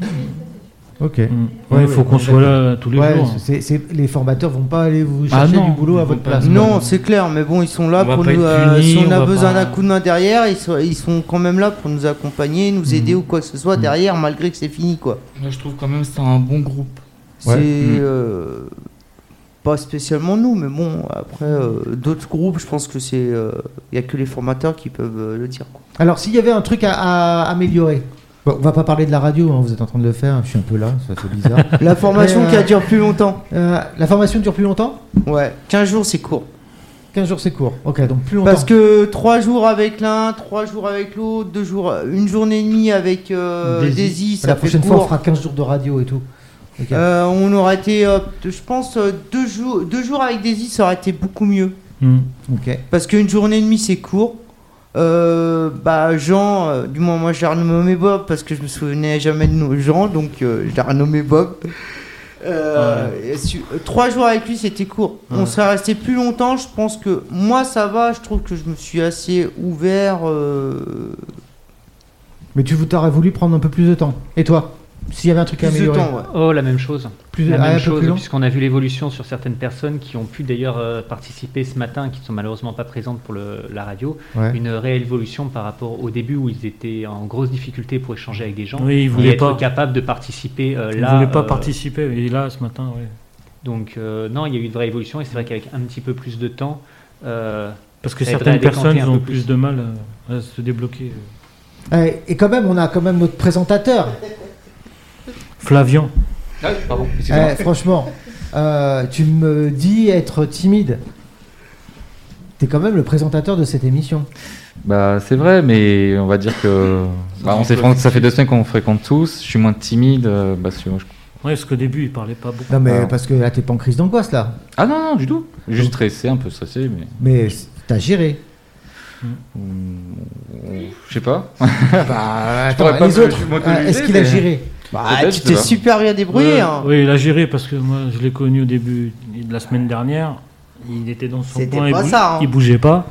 S3: Ok.
S5: Mm.
S3: Ouais,
S5: Ouais, il
S3: ouais,
S5: faut qu'on
S3: ouais,
S5: soit là tous les
S3: Ouais,
S5: jours. hein.
S3: c'est- c'est- les formateurs vont pas aller vous
S6: Ah
S3: chercher
S6: non,
S3: du boulot à
S6: ils
S3: votre
S6: vont pas
S3: place.
S6: nous-
S7: Non, c'est clair, mais bon, ils sont là
S6: On va
S7: pour
S6: pas
S7: nous.
S6: être
S7: euh,
S6: punis,
S7: si on,
S6: on
S7: a
S6: va
S7: besoin
S6: pas-
S7: d'un coup de main derrière, ils sont, ils sont quand même là pour nous accompagner,
S6: Mm.
S7: nous aider ou quoi que ce soit derrière, malgré que c'est fini, quoi.
S6: Moi, je trouve quand même que c'est un bon groupe.
S3: Ouais.
S7: C'est
S6: Mm.
S7: euh, pas spécialement nous, mais bon, après euh, d'autres groupes, je pense que c'est, il y a que les formateurs qui peuvent euh, le dire. Quoi.
S3: Alors, s'il y avait un truc à, à améliorer, bon, on va pas parler de la radio, hein, vous êtes en train de le faire, je suis un peu là, ça fait bizarre.
S7: La formation
S3: Mais, euh,
S7: qui a duré plus longtemps.
S3: Euh, la formation dure plus longtemps
S7: Ouais, 15 jours, c'est court.
S3: 15 jours, c'est court. Ok, donc plus longtemps.
S7: Parce que 3 jours avec l'un, 3 jours avec l'autre, deux jours, euh, une journée et demie avec euh,
S5: Daisy.
S7: Daisy, ça
S3: la
S7: fait
S3: prochaine fois, on
S7: court.
S3: fera hein. 15 jours de radio et tout. Ok.
S7: Euh, on aurait été, euh, je pense, euh, deux jours, deux jours avec Daisy, ça aurait été beaucoup mieux.
S5: Mm.
S3: ok.
S7: Parce qu'une journée et demie, c'est court. Euh, bah, Jean, euh, du moins, moi, je l'ai renommé Bob parce que je me souvenais jamais de nos- Jean, donc euh, je l'ai renommé Bob. Euh, et su- euh, Trois jours avec lui, c'était court. On serait resté plus longtemps. Je pense que moi, ça va. Je trouve que je me suis assez ouvert. euh,
S3: Mais tu t'aurais voulu prendre un peu plus de temps. Et toi S'il y avait un truc à
S7: plus de
S3: améliorer
S7: temps, ouais.
S2: Oh, la même chose.
S3: Plus
S2: La
S3: ah, un
S2: même
S3: peu
S2: chose,
S3: plus long
S2: puisqu'on a vu l'évolution sur certaines personnes qui ont pu d'ailleurs euh, participer ce matin, qui ne sont malheureusement pas présentes pour le- la radio.
S3: Ouais.
S2: Une réelle évolution par rapport au début où ils étaient en grosse difficulté pour échanger avec des gens.
S5: Oui, ils
S2: et
S5: voulaient
S2: être
S5: pas.
S2: capables de participer euh,
S5: Ils
S2: là.
S5: voulaient pas
S2: euh,
S5: participer. Et là, ce matin, oui.
S2: Donc, euh, non, il y a eu une vraie évolution et c'est vrai qu'avec un petit peu plus de temps. euh,
S5: Parce que
S2: Ça aiderait à
S5: certaines
S2: décanter
S5: personnes
S2: un peu
S5: ont
S2: plus.
S5: plus de mal à, à se débloquer.
S3: Euh, Et quand même, on a quand même notre présentateur.
S5: Flavian.
S1: Ah, pardon, excusez-moi.
S3: Eh, franchement, euh, tu me dis être timide. T'es quand même le présentateur de cette émission.
S1: [laughs] Bah, c'est vrai, mais on va dire [laughs] que. bah, on s'est fréquent- ça fait deux semaines qu'on fréquente tous. Je suis moins timide. euh, bah, sur- je-
S5: Ouais, parce qu'au début, il parlait pas beaucoup.
S3: Non mais
S1: Ah.
S3: parce que là t'es pas en crise d'angoisse là.
S1: Ah non, non, du tout. Juste stressé, un peu stressé, mais.
S3: Mais c- t'as
S7: [laughs]
S3: géré.
S1: hum, Je sais pas.
S7: Ah
S3: bah,
S1: pourrais pas
S3: les
S1: me-
S3: autres,
S1: m'autoriser,
S3: euh, est-ce qu'il a
S1: mais-
S3: géré
S7: Bah,
S1: Peut-être,
S7: tu
S1: je
S7: t'es
S1: sais pas.
S7: super bien débrouillé.
S5: Ouais,
S7: hein.
S5: Oui, il a géré parce que moi, je l'ai connu au début de la semaine dernière. Il était dans son
S7: C'était
S5: coin, il,
S7: pas ça, hein.
S5: il bougeait pas.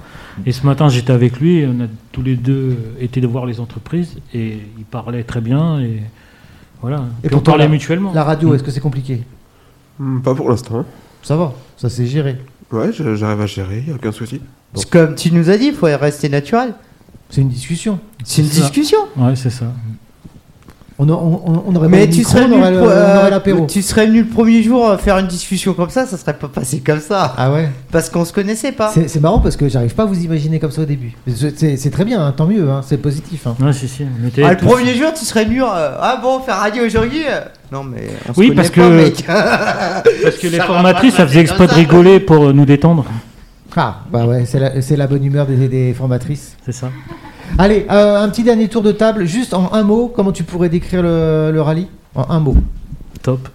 S5: Et ce matin, j'étais avec lui. et On a tous les deux été de voir les entreprises et il parlait très bien et voilà. Et on
S3: pourtant,
S5: parlait
S3: la-
S5: mutuellement.
S3: La radio, est-ce que c'est compliqué
S4: Hmm, Pas pour l'instant.
S3: Ça va, ça c'est géré.
S4: Ouais, je- j'arrive à gérer, y a aucun souci.
S7: C'est Comme tu nous as dit, il faut rester naturel.
S3: C'est une discussion.
S7: C'est une
S5: C'est ça.
S7: discussion.
S5: Ouais, c'est ça.
S3: On, a- on- on- on aurait
S7: Mais
S3: pas le
S7: tu
S3: micro,
S7: serais,
S3: bah, on
S7: venu
S3: aurait
S7: le
S3: le- on
S7: pro-
S3: aurait
S7: euh,
S3: l'apéro.
S7: tu serais venu le premier jour euh, faire une discussion comme ça, ça serait pas passé comme ça.
S3: Ah ouais
S7: Parce qu'on se connaissait pas.
S3: C'est c'est marrant parce que j'arrive pas à vous imaginer comme ça au début. Je- C'est c'est très bien, hein, tant mieux, hein, c'est positif. hein.
S5: Ouais, si, si, on était
S7: Ah, le
S5: tous-
S7: premier jour, tu serais venu. euh, ah bon, faire radio aujourd'hui euh, Non, mais. On se
S5: Oui,
S7: connaît
S5: parce
S7: pas,
S5: que-
S7: mec. [laughs]
S5: Parce que les
S7: Ça va
S5: formatrices,
S7: pas
S5: ça faisait
S7: passer
S5: exprès
S7: comme
S5: de
S7: ça.
S5: rigoler pour euh, nous détendre.
S3: Ah, bah ouais, c'est la, c'est la bonne humeur des, des formatrices.
S5: C'est ça.
S3: Allez, euh, un petit dernier tour de table, juste en un mot, comment tu pourrais décrire le, le rallye En un mot.
S5: Top.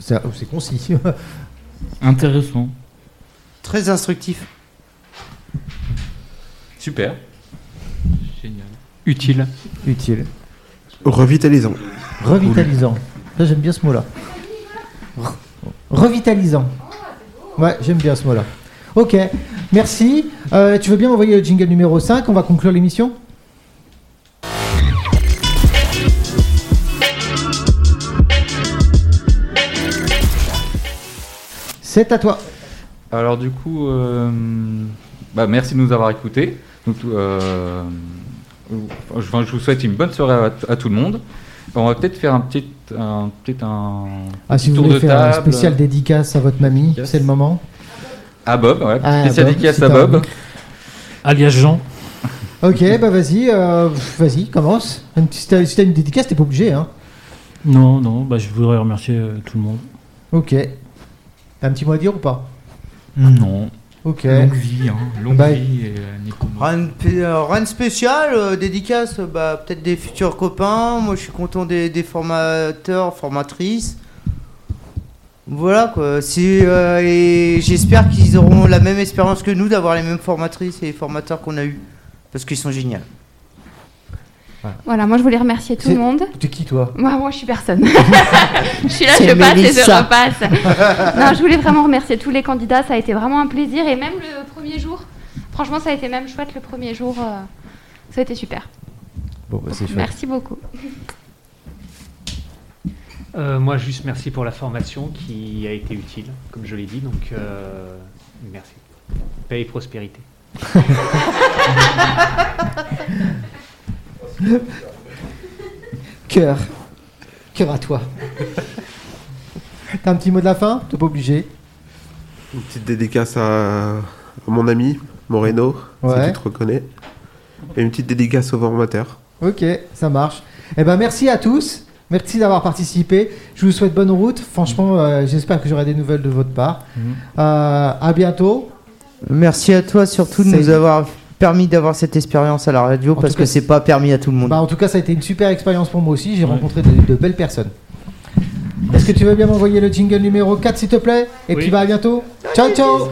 S3: C'est c'est concis. [laughs]
S6: Intéressant.
S7: Très instructif.
S1: Super.
S6: Génial.
S2: Utile.
S3: Utile.
S4: Revitalisant.
S3: Revitalisant. Ça, j'aime bien ce mot-là. Re- Revitalisant. Ouais, j'aime bien ce mot-là. Ok, merci. Euh, tu veux bien m'envoyer le jingle numéro 5 On va conclure l'émission C'est à toi.
S1: Alors du coup, euh, bah, merci de nous avoir écoutés. Donc, euh, enfin, je vous souhaite une bonne soirée à, t- à tout le monde. On va peut-être faire un petit, un petit, un
S3: Ah, si
S1: petit
S3: vous
S1: tour
S3: voulez
S1: de
S3: faire
S1: table.
S3: un spécial dédicace à votre mamie,
S1: Yes.
S3: c'est le moment.
S1: à Bob, ouais.
S3: Ah,
S1: spécial
S3: Bob,
S1: dédicace
S3: c'est
S1: à
S3: un
S1: Bob.
S3: mec.
S5: Alias Jean.
S3: Ok,
S1: [laughs]
S3: bah vas-y, euh, vas-y, commence. Une petite- Si t'as si t'as une dédicace, t'es pas obligé. Hein.
S5: Non, non, bah, je voudrais remercier euh, tout le monde.
S3: Ok. T'as un petit mot à dire ou pas
S6: Non.
S3: Ok.
S6: Longue vie, hein. Longue
S3: Bah,
S6: vie et euh, Nico Moura.
S7: Rien de, p- euh, rien de spécial, euh, dédicace, euh, bah, peut-être des futurs copains. Moi, je suis content des, des formateurs, formatrices. Voilà quoi. C'est, euh, et j'espère qu'ils auront la même expérience que nous d'avoir les mêmes formatrices et formateurs qu'on a eu, parce qu'ils sont géniaux.
S8: Voilà, moi je voulais remercier tout
S3: C'est-
S8: le monde.
S3: T'es qui toi
S8: Moi, moi, je
S3: [laughs]
S8: suis personne. je suis là,
S7: C'est
S8: je passe et je
S7: Mélissa.
S8: repasse. non, je voulais vraiment remercier tous les candidats. Ça a été vraiment un plaisir. Et même le premier jour, franchement, ça a été même chouette le premier jour. euh, ça a été super.
S3: Bon, bah c'est
S8: Merci beaucoup.
S2: Euh, moi, juste merci pour la formation qui a été utile, comme je l'ai dit. Donc, euh, merci. Paix et prospérité.
S3: Cœur. Cœur à toi. T'as un petit mot de la fin T'es pas obligé.
S4: Une petite dédicace à, à mon ami Moreno,
S3: Ouais.
S4: si tu te reconnais. Et une petite dédicace au formateur.
S3: Ok, ça marche. Eh ben merci à tous. Merci d'avoir participé. Je vous souhaite bonne route. Franchement, euh, j'espère que j'aurai des nouvelles de votre part.
S6: Mhm.
S3: Euh, à bientôt.
S7: Merci à toi surtout de
S3: C'est-
S7: nous avoir permis d'avoir cette expérience à la radio,
S3: En
S7: parce
S3: tout cas,
S7: que c'est pas permis à tout le monde.
S3: Bah, en tout cas, ça a été une super expérience pour moi aussi. J'ai
S5: Ouais.
S3: rencontré de, de belles personnes. Est-ce que tu veux bien m'envoyer le jingle numéro 4, s'il te plaît Et
S5: Oui.
S3: puis, bah, à bientôt. Ciao, ciao.